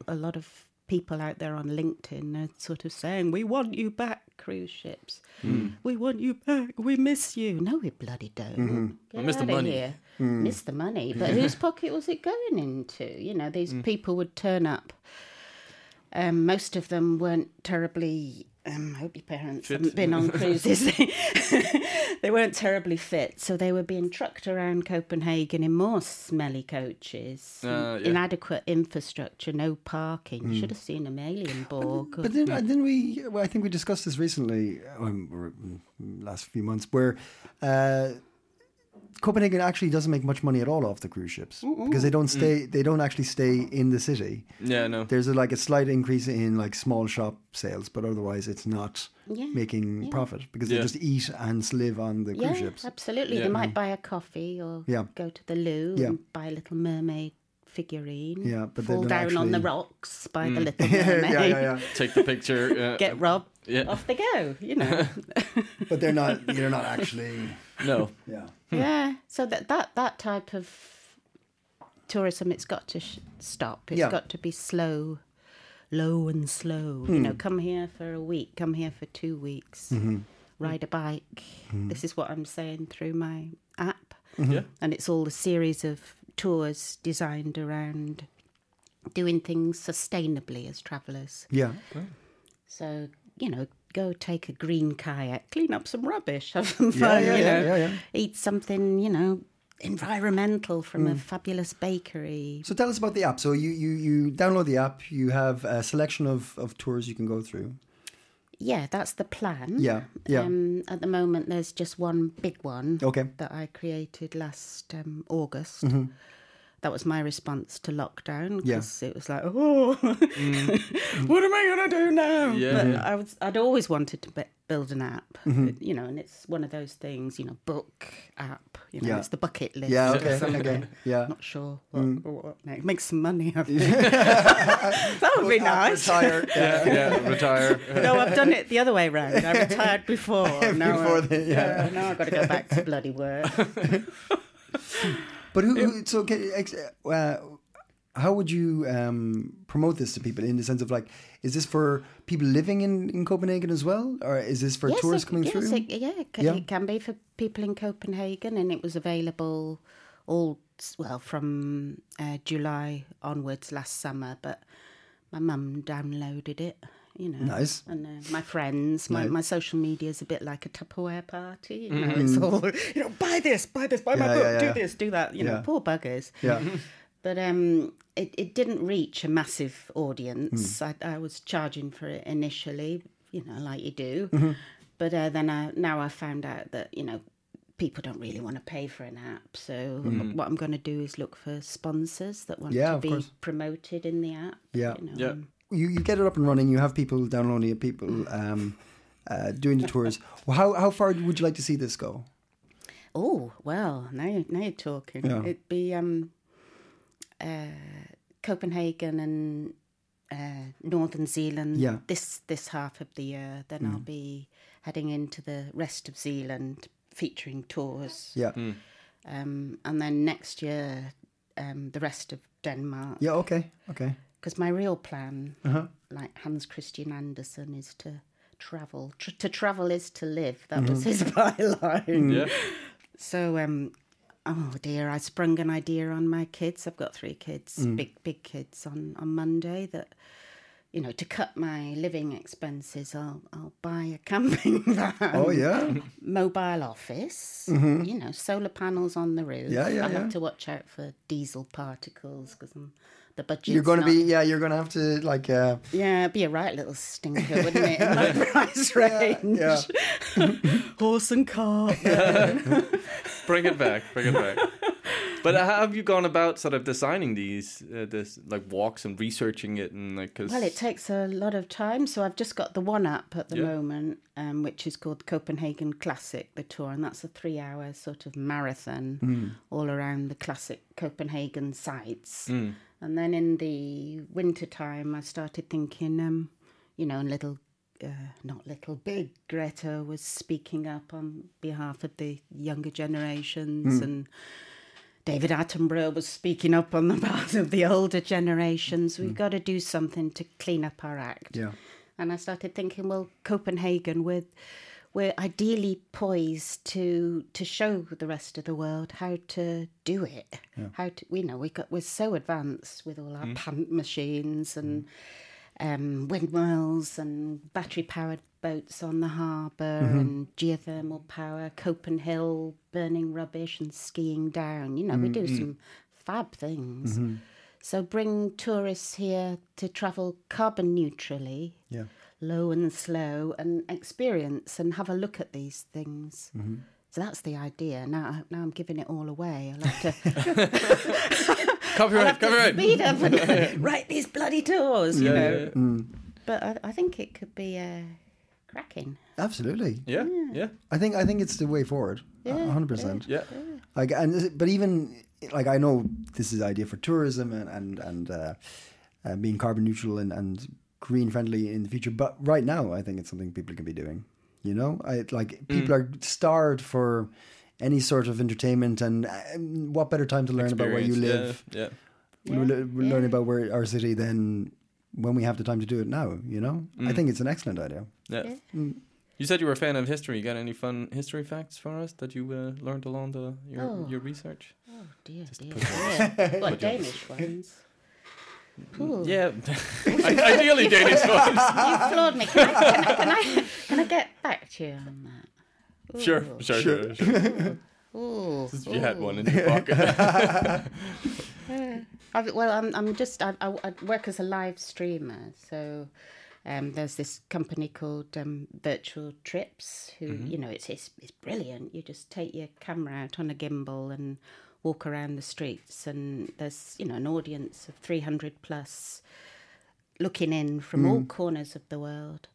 a lot of people out there on LinkedIn are sort of saying: "We want you back, cruise ships.
Mm.
We want you back. We miss you." No, we bloody don't. Get
miss the
outta
money.
Here. Miss the money, but whose pocket was it going into? You know,
Mm.
these people would turn up um, most of them weren't terribly um, I hope your parents haven't been on cruises. they weren't terribly fit, so they were being trucked around Copenhagen in more smelly coaches,
Ah,
Uh, yeah.
inadequate infrastructure, no parking. Should have seen a Malienborg.
Hmm. But then, and then we, well, I think we discussed this recently, um, or, mm, last few months, where uh, Copenhagen actually doesn't make much money at all off the cruise ships because they
Mm.
don't stay, they don't actually stay in the city.
Yeah, no.
There's a, like a slight increase in like small shop sales, but otherwise it's not
Yeah,
making profit because they
Yeah.
just eat and live on the
yeah,
cruise ships. Hmm.
absolutely.
Yeah.
They might buy a coffee or
Yeah.
go to the loo
Yeah.
and buy a little mermaid figurine.
Yeah, but they
fall
don't
down on
actually-
the
Hmm.
rocks by the little
yeah,
mermaid.
yeah, yeah.
Take the picture. Uh,
Get robbed.
Yeah.
Off they go, you know.
But they're not, they're not actually,
no.
yeah.
Yeah. So that that that type of tourism, it's got to sh- stop. It's
Yeah.
got to be slow, low and slow. You know, come here for a week, come here for two weeks, ride a bike. This is what I'm saying through my app,
Yeah.
and it's all a series of tours designed around doing things sustainably as travellers.
Yeah.
So, you know, go take a green kayak, clean up some rubbish, have some fun,
yeah,
you
yeah,
know,
yeah, yeah.
eat something, you know, environmental from
Mm.
a fabulous bakery.
So tell us about the app. So you, you, you download the app, you have a selection of, of tours you can go through.
Yeah, that's the plan.
Yeah, yeah.
Um, at the moment, there's just one big one
Okay.
that I created last um, August. That was my response to lockdown
Mm-hmm. Yeah. Mm.
because it was like, oh, what am I gonna do now?
Yeah,
but
Mm-hmm.
yeah.
I was, I'd always wanted to bu- build an app, you know, and it's one of those things, you know, book app, you know,
Yeah.
it's the bucket list.
Yeah, okay, okay, yeah. Mm.
Not sure what, what next. Make some money. out of it. that would be nice.
Retire.
Yeah, yeah, retire.
No, I've done it the other way round. I retired before. now
Before
I-
the- yeah.
yeah, now I've got to go back to bloody work.
But who, who so can, ex- uh, how would you um, promote this to people in the sense of like, is this for people living in, in Copenhagen as well? Or is this for tourists
it-
coming
yes,
through?
It, yeah, it can,
Yeah.
it can be for people in Copenhagen, and it was available all well from uh, July onwards last summer. But my mum downloaded it, you know.
Nice.
And uh, my friends, my, my social media is a bit like a Tupperware party. You know, it's all you know, buy this, buy this, buy my
Mm. Yeah,
book,
yeah,
do
yeah.
this, do that. You know,
Yeah.
poor buggers.
yeah.
But um, it, it didn't reach a massive audience.
Hmm.
I, I was charging for it initially, you know, like you do.
Mm-hmm.
But uh, then I, now I found out that, you know, people don't really want to pay for an app. So what I'm going to do is look for sponsors that want
Hmm. Yeah,
to
of
be
course.
promoted in the app.
Yeah.
You know.
Yeah.
You, you get it up and running, you have people downloading it,
Mm.
people um, uh, doing the tours. Well, how, how far would you like to see this go?
Oh, well, now, you- now you're talking.
Yeah.
It'd be um, uh, Copenhagen and uh, Northern Zealand
Yeah. Mm.
this, this half of the year. Then I'll be heading into the rest of Zealand featuring tours.
Yeah.
Um, and then next year, um, the rest of Denmark.
Yeah, okay, okay.
Because my real plan,
Uh-huh.
like Hans Christian Andersen, is to travel. Tr- to travel is to live. That was
Mm-hmm.
his byline.
Mm.
Yeah.
So, um, oh dear, I sprung an idea on my kids. I've got three kids,
Mm.
big, big kids on, on Monday that, you know, to cut my living expenses, I'll, I'll buy a camping van.
Oh, yeah. Mm-hmm.
Mobile office, you know, solar panels on the roof.
Yeah, yeah, yeah.
I have to watch out for diesel particles because I'm the budget.
You're going to be, yeah, you're going to have to like, uh,
Yeah, it'd be a right little stinker, wouldn't it? In that price range.
yeah.
Horse and cart.
Bring it back. Bring it back. But how have you gone about sort of designing these, uh, this like walks and researching it and like? 'cause-
Well, it takes a lot of time, so I've just got the one app at the
Yeah.
moment, um, which is called Copenhagen Classic the Tour, and that's a three-hour sort of marathon all around the classic Copenhagen sites. And then in the winter time, I started thinking, um, you know, and little, uh, not little, big Greta was speaking up on behalf of the younger generations and. David Attenborough was speaking up on the part of the older generations. We've got to do something to clean up our act.
Yeah.
And I started thinking, well, Copenhagen, we're, we're ideally poised to to show the rest of the world how to do it. How to, you know, we got we're so advanced with all our pant machines and um, windmills and battery powered boats on the harbor and geothermal power, Copenhagen, burning rubbish and skiing down. You know, we do some fab things. So bring tourists here to travel carbon neutrally,
Yeah.
low and slow, and experience and have a look at these things. So that's the idea. Now, now I'm giving it all away. I'll have to
Copyright,
to
copyright.
speed up and write these bloody tours, you know. But I, I think it could be uh, cracking.
Absolutely.
Yeah,
Mm.
yeah,
I think I think it's the way forward. A hundred percent.
yeah.
Like and is it- but even like I know this is idea for tourism and and and uh, uh, being carbon neutral and and green friendly in the future. But right now, I think it's something people can be doing. You know, I like people are starved for any sort of entertainment, and uh, what better time to learn about where you
Experience,
live,
Yeah, yeah.
we le- we learn about where our city than when we have the time to do it now. You know, I think it's an excellent idea.
Yeah. You said you were a fan of history. You got any fun history facts for us that you uh, learned along the your, your research?
Oh dear, dear, dear. What Danish ones? Ooh,
Yeah, I- ideally Danish ones.
You floored me. Can I, can, I, can, I, can I get back to you on that?
Sure, sure, sure. sure.
Ooh.
If you had one in your pocket.
I've, well, I'm, I'm just, I, I, I work as a live streamer. So um, there's this company called um, Virtual Trips, who, you know, it's, it's, it's brilliant. You just take your camera out on a gimbal and walk around the streets, and there's, you know, an audience of 300 plus looking in from all corners of the world.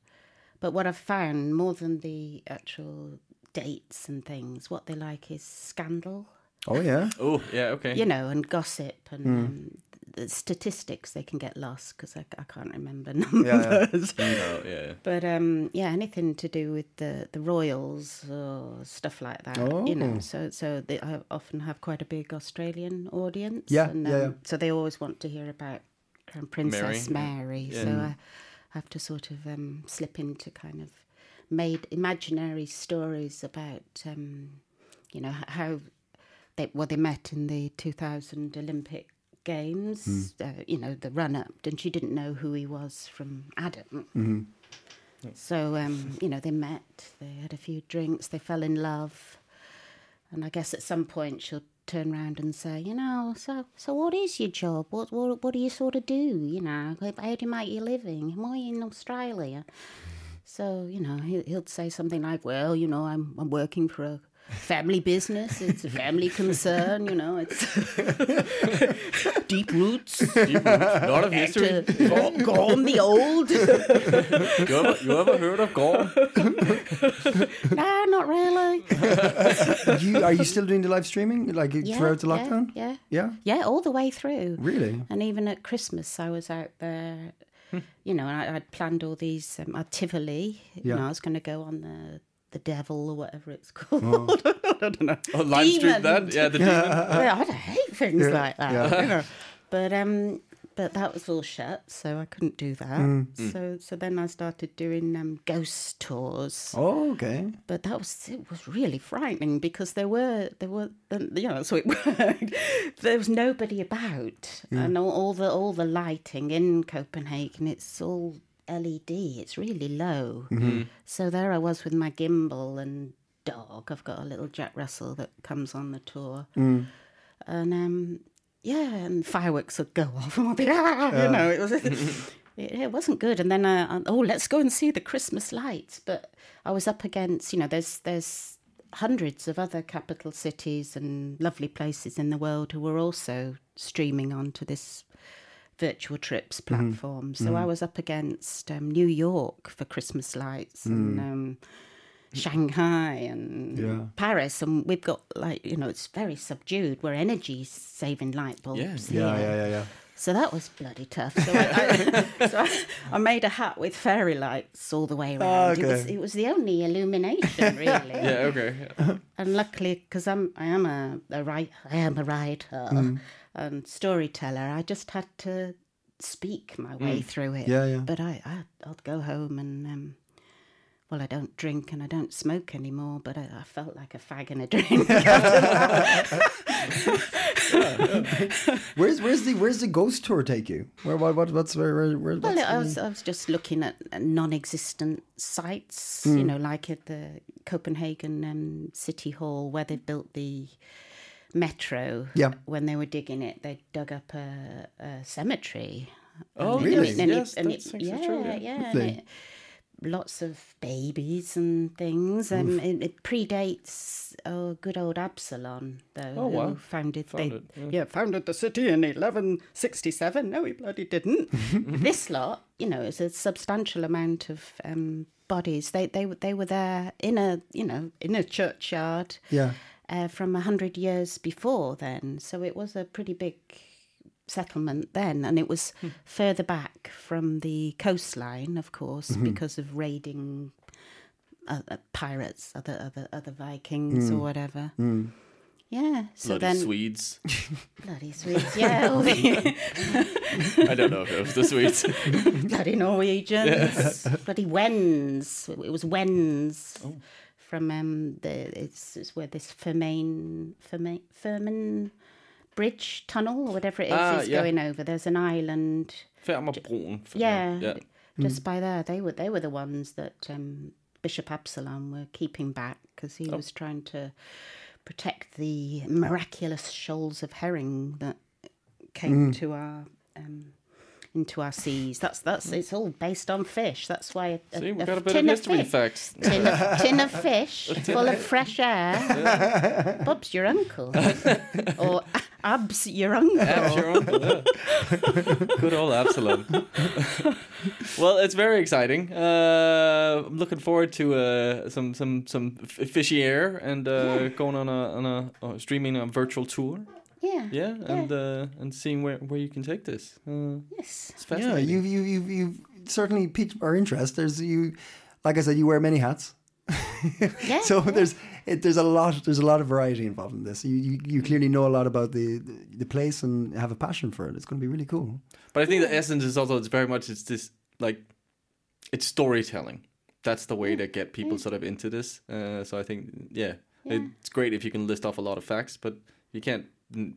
But what I've found, more than the actual dates and things, what they like is scandal
Oh yeah,
oh, yeah, Hmm. okay.
you know, and gossip and um, the statistics. They can get lost because I, I can't remember numbers.
Oh, yeah.
But um, yeah, anything to do with the, the royals or stuff like that,
Oh.
you know. So so they I often have quite a big Australian audience.
Yeah,
and, um,
yeah, yeah.
So they always want to hear about Crown Princess Mary. So I have to sort of um, slip into kind of made imaginary stories about um, you know h- how they well they met in the 2000 Olympic Games.
Hmm.
Uh, you know the run up, and she didn't know who he was from Adam. So, um, you know, they met, they had a few drinks, they fell in love. And I guess at some point she'll turn round and say, you know, so so what is your job? What what, what do you sort of do? You know, how do you make your living? Why are you in Australia? So, you know, he, he'll say something like, well, you know, I'm, I'm working for a family business. It's a family concern, you know, it's deep roots.
Deep roots, lot of history.
To Gorm, Gorm the old.
You ever, you ever heard of Gorm?
no, not really.
you, are you still doing the live streaming like throughout the lockdown?
Yeah,
yeah.
yeah, all the way through.
Really?
And even at Christmas, I was out there.
Hmm.
you know, and I, I'd planned all these um, at Tivoli. You know, I was going to go on the the devil or whatever it's
Oh.
called. I don't know.
Oh, live stream that?
Demon.
Yeah, the demon.
Well, I'd hate things like that. you know. But um, but that was all shut, so I couldn't do that.
Hmm.
So so then I started doing um, ghost tours
Oh, okay.
but that was it was really frightening because there were there were um, you know so it worked there was nobody about and all, all the all the lighting in copenhagen it's all led it's really low so there i was with my gimbal and dog i've got a little jack russell that comes on the tour and um yeah and fireworks would go off and i'd be ah, you know it was It, it wasn't good. And then, uh, I- oh, let's go and see the Christmas lights. But I was up against, you know, there's there's hundreds of other capital cities and lovely places in the world who were also streaming onto this virtual trips
Mm-hmm.
platform. So I was up against um, New York for Christmas lights and. Um, Shanghai and
Mm. Yeah.
Paris, and we've got like you know it's very subdued. We're energy saving light bulbs.
Yeah,
here.
yeah, yeah, yeah.
So that was bloody tough. So I, I, so I, I made a hat with fairy lights all the way around. It, was,
okay.
it was the only illumination, really.
Yeah, okay.
And luckily, because I'm I am a, a write, I am a writer
Mm-hmm.
and storyteller, I just had to speak my way through it.
Mm. Yeah, yeah.
But I, I I'll go home and um, well, I don't drink and I don't smoke anymore, but I, I felt like a fag and a drink. after that.
Where's where's the where's the ghost tour take you? Where what, what what's where where, where
well,
what's
I
the-
was, I was just looking at uh, non-existent sites, you know, like at the Copenhagen um, City Hall where they built the metro.
Yeah.
When they were digging it, they dug up a, a cemetery.
Oh,
And it-
really?
and it-
Yes,
and
that's
it-
actually
yeah,
true, yeah.
yeah. and
Lovely.
it- lots of babies and things. Um, it, it predates oh, good old Absalon, though.
Oh,
who
wow.
Founded, they,
Founded,
yeah. founded the city in 1167. No, he bloody didn't. this lot, you know, is a substantial amount of um, bodies. They they were- they were there in a you know in a churchyard
Yeah.
uh, from a hundred years before then. So it was a pretty big settlement then, and it was further back from the coastline, of course, because of raiding uh, uh, pirates, other other other Vikings or whatever. Yeah. So
Bloody
then
Swedes.
bloody Swedes, yeah, all the
I don't know if it was the Swedes.
bloody Norwegians, bloody Wens. It was Wens.
Oh.
From um, the it's, it's where this Fermain Fermain Ferman Bridge tunnel or whatever it is
Ah,
is
yeah.
going over. There's an island
Fermerbroen.
Yeah,
Yeah.
just by there, they were they were the ones that um, Bishop Absalom were keeping back because
Oh.
he was trying to protect the miraculous shoals of herring that came to our um, into our seas. That's that's it's all based on fish. That's why a,
Mm. See, we
a
got a bit of
tin
history
fish,
facts.
Tin of, tin of fish full of fresh air. Bob's your uncle, or Ab's your uncle.
Abs, your uncle, yeah. Good old Absalom. well, it's very exciting. Uh, I'm looking forward to uh, some some some f- fishy air and uh, going on a on a uh, streaming a virtual tour.
Yeah,
Yeah, and uh, and seeing where, where you can take this. Uh,
yes.
it's
Yeah,
fascinating.
you you you you certainly piqued our interest. There's you, like I said, you wear many hats.
Yeah,
so there's it, there's a lot there's a lot of variety involved in this. You you, you clearly know a lot about the, the the place and have a passion for it. It's going to be really cool.
But I think the essence is also it's very much it's this like it's storytelling. That's the way to get people sort of into this. Uh, so I think yeah, it's great if you can list off a lot of facts, but you can't mm,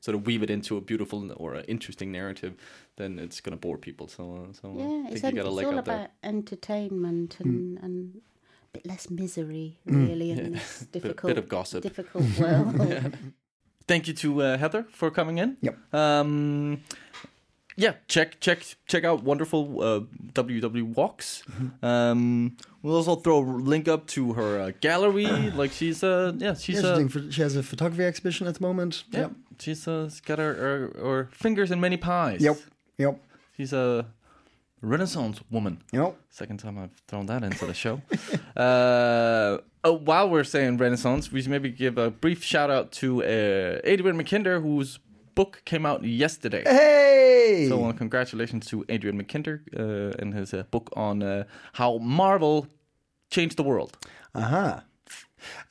sort of weave it into a beautiful n- or an interesting narrative, then it's gonna bore people. So uh, so uh,
Yeah,
I
it's,
think you
en-
gotta
it's
leg
all
out
about
there.
entertainment and, and a bit less misery, really, in this difficult,
of gossip.
difficult world.
Thank you to uh, Heather for coming in.
Yep.
Um, yeah, check check check out wonderful uh, WW walks.
Mm-hmm.
Um, we'll also throw a link up to her uh, gallery. like she's uh yeah she's
Yeah, she's
uh,
doing for- she has a photography exhibition at the moment.
yeah, she's uh, she's got her, her her fingers in many pies.
Yep. Yep.
she's a Renaissance woman.
Yep.
Second time I've thrown that into the show. uh, oh, while we're saying Renaissance, we should maybe give a brief shout out to uh, Adrian McKinder, whose book came out yesterday.
Hey.
So, uh, congratulations to Adrian McKinder uh, and his uh, book on uh, how Marvel changed the world.
Uh-huh.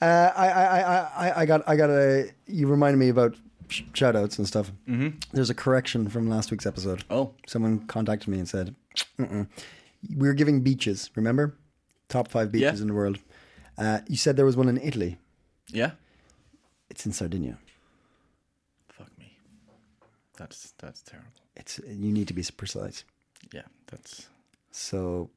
Uh I I I I I got I got a. You reminded me about sh- shout outs and stuff. Mm-hmm. There's a correction from last week's episode.
Oh.
someone contacted me and said, Mm-mm. "We were giving beaches. Remember, top five beaches
Yeah.
in the world. Uh, you said there was one in Italy.
Yeah.
It's in Sardinia.
Fuck me. That's that's terrible.
It's you need to be precise.
Yeah, that's.
So,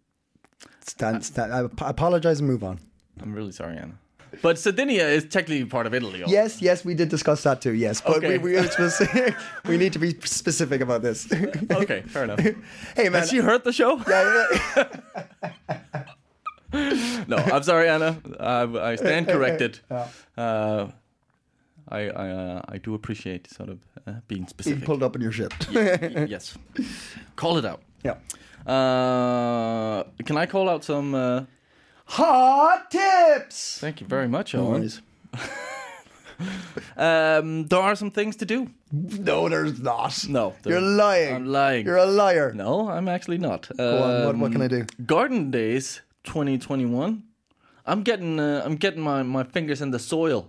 stand, stand, I ap- apologize and move on.
I'm really sorry, Anna. But Sardinia is technically part of Italy. also.
Yes, yes, we did discuss that too. Yes, but
Okay.
we, we, it's specific, we need to be specific about this.
Okay, fair enough.
hey man,
Has she heard the show? no, I'm sorry, Anna. Um, I, I stand corrected. Uh, I I, uh, I do appreciate sort of uh, being
you
specific.
pulled up in your ship.
yes, call it out.
Yeah.
Uh, can I call out some? Uh,
Hot tips.
thank you very much,
No,
Owen.
worries.
Um, there are some things to do.
No, there's not.
No, there-
you're lying.
I'm lying.
You're a liar.
No, I'm actually not. Um,
Go on, what, what can I do?
Garden Days 2021. I'm getting uh, I'm getting my, my fingers in the soil.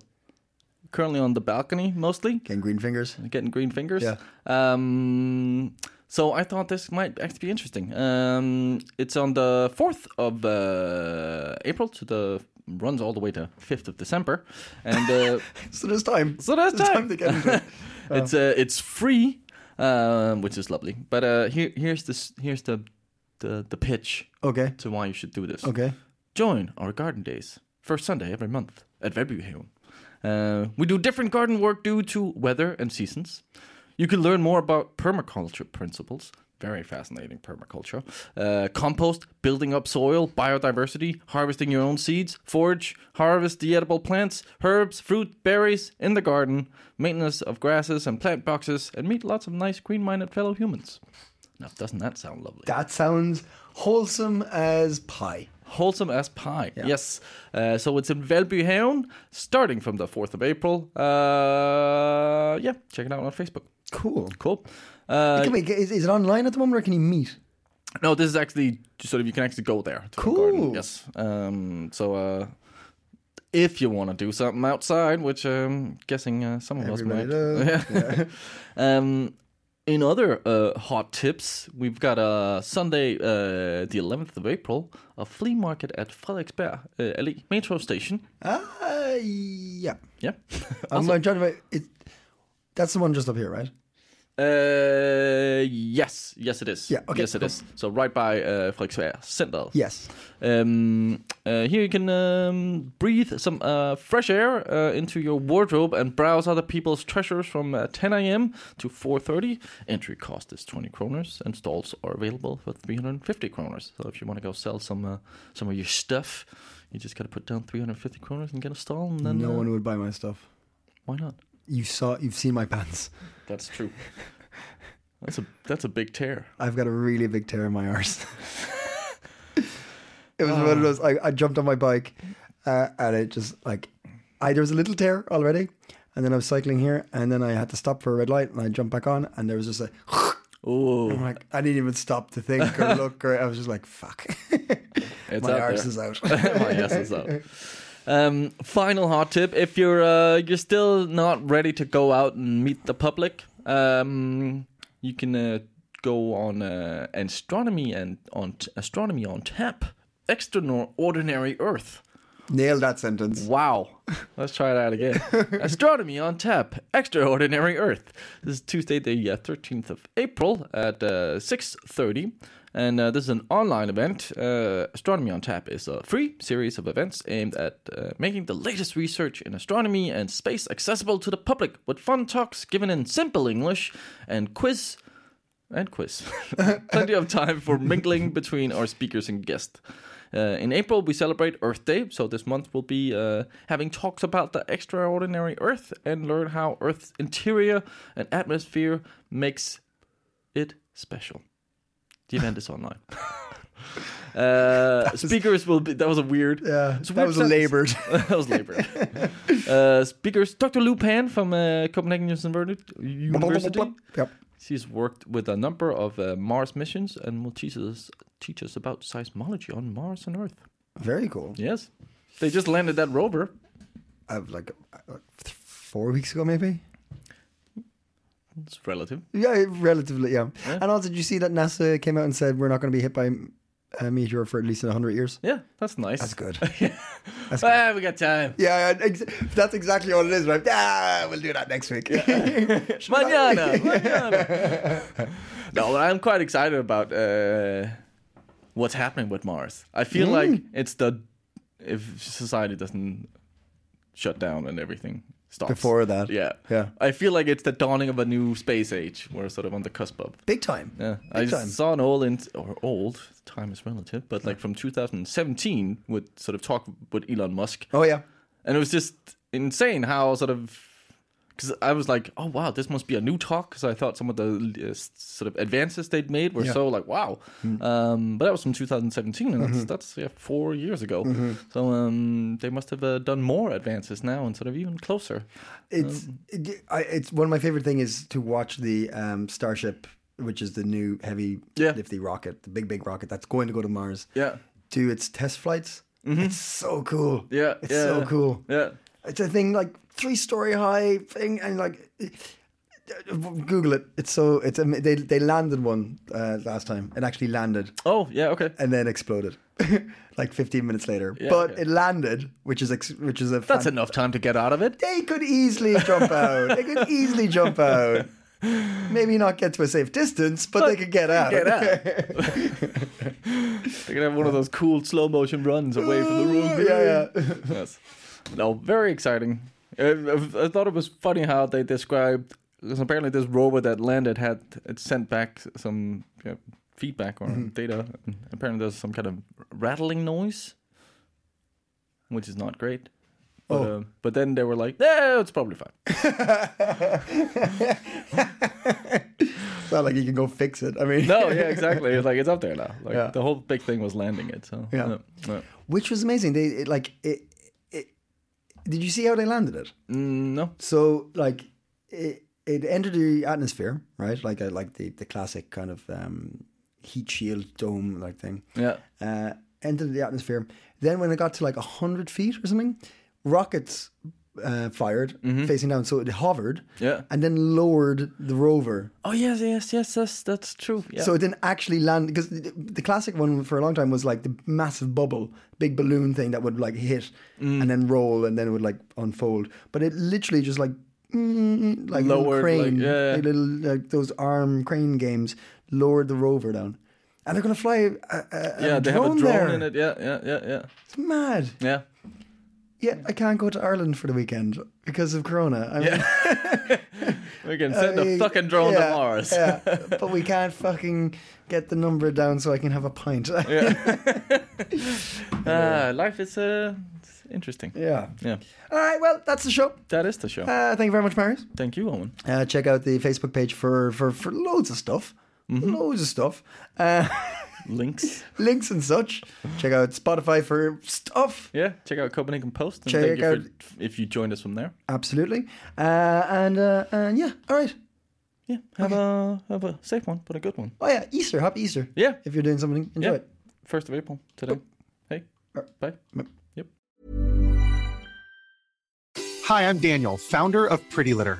Currently on the balcony mostly,
Getting green fingers.
getting green fingers.
Yeah.
Um, So I thought this might actually be interesting. Um, it's on the 4th of uh, April to the runs all the way to 5th of December. And uh,
So there's time.
So there's
There's
time.
to get into it.
it's uh, it's free, um, which is lovely. But uh, here here's the s- here's the, the the pitch
Okay.
to why you should do this.
Okay.
Join our garden days first Sunday every month at Vebbyhavn. Uh, we do different garden work due to weather and seasons. You can learn more about permaculture principles. Very fascinating permaculture. Uh, compost, building up soil, biodiversity, harvesting your own seeds, forage, harvest the edible plants, herbs, fruit, berries in the garden, maintenance of grasses and plant boxes, and meet lots of nice green minded fellow humans. Now, doesn't that sound lovely?
That sounds wholesome as pie.
Wholesome as pie. Yes. Uh, so it's in Velbyhavn, starting from the 4th of April. Uh, yeah, check it out on Facebook.
Cool.
Cool. Uh,
Can we get, is, is it online at the moment or can you meet?
no, this is actually just sort of you can actually go there. to the
Cool.
garden. Yes. Um, so uh, if you want to do something outside, which I'm guessing uh, some of
Everybody
us might.
does.
Um, in other uh, hot tips, we've got uh, Sunday, uh, the 11th of April, a flea market at Frederiksberg uh, Alley Metro Station.
Ah, yeah.
Yeah.
I'm like trying to make it. That's the one just up here, right?
Uh, yes, yes, it is.
Yeah, okay,
Yes, it
cool.
is. So right by uh, Frederiksberg Central.
Yes.
Um, uh, here you can um, breathe some uh, fresh air uh, into your wardrobe and browse other people's treasures from uh, 10 a.m. to 4:30. Entry cost is 20 kroners, and stalls are available for 350 kroners. So if you want to go sell some uh, some of your stuff, you just gotta put down 350 kroners and get a stall, and then
no
uh,
one would buy my stuff.
why not?
You saw. You've seen my pants.
That's true. that's a that's a big tear.
I've got a really big tear in my arse. it was
Ah.
one of those. I, I jumped on my bike, uh, and it just like, I there was a little tear already, and then I was cycling here, and then I had to stop for a red light, and I jumped back on, and there was just a.
Oh,
I'm like, I didn't even stop to think or look, or I was just like, fuck.
it's
my
out
arse
there.
is out.
my ass is up. Um, final hot tip: if you're uh, you're still not ready to go out and meet the public, um, you can uh, go on uh, astronomy and on t- astronomy on tap. Extraordinary Earth.
Nailed that sentence.
Wow. Let's try that again. Astronomy on tap. Extraordinary Earth. This is Tuesday, the uh, 13th of April at uh, 6.30. And uh, this is an online event. Uh, astronomy on Tap is a free series of events aimed at uh, making the latest research in astronomy and space accessible to the public with fun talks given in simple English and quiz and quiz. Plenty of time for mingling between our speakers and guests. Uh, in April, we celebrate Earth Day, so this month we'll be uh, having talks about the extraordinary Earth and learn how Earth's interior and atmosphere makes it special. The event is online. Uh, speakers will be. That was a weird.
Yeah,
it's a
that
weird
was
sentence.
labored.
that was labored. Uh, speakers: Dr. Lou Pan from uh, Copenhagen University.
Yep.
She's worked with a number of uh, Mars missions and will teach us, teach us about seismology on Mars and Earth.
Very cool.
Yes. They just landed that rover.
Uh, like uh, th- four weeks ago, maybe.
It's relative.
Yeah, relatively. Yeah. And also, did you see that NASA came out and said we're not going to be hit by a meteor for at least hundred years?
Yeah, that's nice.
That's good.
Ah, we got time.
yeah, yeah, ex- that's exactly what it is. Right? Yeah, we'll do that next week.
Mañana. Mañana. no, but I'm quite excited about uh, what's happening with Mars. I feel
Mm.
like it's the if society doesn't shut down and everything stops
Before that.
Yeah,
Yeah.
I feel like it's the dawning of a new space age. We're sort of on the cusp of.
Big time.
Yeah, I
Big time.
saw an old in, or old time is relative, but like from 2017 with sort of talk with Elon Musk,
Oh yeah.
and it was just insane how sort of because I was like, oh wow, this must be a new talk because I thought some of the uh, s- sort of advances they'd made were so like wow,
Hmm.
um, but that was from 2017 and
Mm-hmm.
that's that's yeah four years ago, so um, they must have uh, done more advances now and sort of even closer.
It's
Um,
it, I, it's one of my favorite thing is to watch the um, Starship, which is the new heavy
Yeah.
lifty rocket, the big big rocket that's going to go to Mars.
Yeah. Mm-hmm.
Do its test flights. It's so cool.
Yeah,
It's
yeah,
so
yeah.
cool.
Yeah,
It's a thing like three story high thing, and like Google it. It's so it's ama- they they landed one uh, last time. It actually landed
Oh, yeah, okay.
and then exploded, like 15 minutes later.
Yeah,
but
okay.
it landed, which is ex- which is a
That's
fan-
enough time to get out of it.
They could easily jump out. They could easily jump out. Maybe not get to a safe distance, but, they could get out.
Get out. They're gonna have one of those cool slow motion runs away from the room.
yeah, yeah.
yes. No, very exciting. I, I- I thought it was funny how they described because apparently this rover that landed had it sent back some uh, feedback or data. Apparently, there's some kind of rattling noise, which is not great. But,
Oh.
uh, but then they were like, "No, it's probably fine."
It's not like you can go fix it. I mean,
No, yeah, exactly. It's like it's up there now. Like
Yeah.
the whole big thing was landing it. So
Yeah.
no, no.
which was amazing. They it, like it, it. Did you see how they landed it?
Mm, no.
So like it, it entered the atmosphere, right? Like a, like the the classic kind of um, heat shield dome like thing.
yeah.
uh, entered the atmosphere. Then when it got to like 100 feet or something, rockets uh, fired facing down. So it hovered
Mm-hmm. Yeah.
and then lowered the rover.
Oh yes, yes, yes, yes. That's true. Yeah.
So it didn't actually land because the the classic one for a long time was like the massive bubble, big balloon thing that would like hit
Mm.
and then roll and then it would like unfold. But it literally just like mm, like little
Lowered, like,
crane,
yeah, yeah.
like little like those arm crane games lowered the rover down. And they're gonna fly a, a, a
yeah, they have a drone
there.
in it. Yeah, yeah, yeah, yeah,
It's mad.
yeah.
Yeah, I can't go to Ireland for the weekend because of Corona. I mean,
We can send
I
a
mean,
fucking drone
Uh, yeah,
to Mars.
yeah, but we can't fucking get the number down so I can have a pint. Yeah.
Ah, life is uh, it's interesting. Yeah,
All right, well, that's the show.
that is the show.
Uh, thank you very much, Marius.
Thank you, Owen.
Uh, check out the Facebook page for, for, for loads of stuff.
Mm-hmm.
Loads of stuff. Uh,
Links.
links and such. Check out Spotify for stuff.
Yeah, check out Copenhagen Post. And
Check
thank you
out-
for, if you joined us from there.
Absolutely. Uh, and, uh, and yeah, all right.
Yeah, have a have a safe one, but a good one.
Oh, yeah, Easter. Happy Easter.
Yeah,
If you're doing something, enjoy
yeah.
it.
First of April today. Hey,
Uh,
bye. Yep.
Hi, I'm Daniel, founder of Pretty Litter.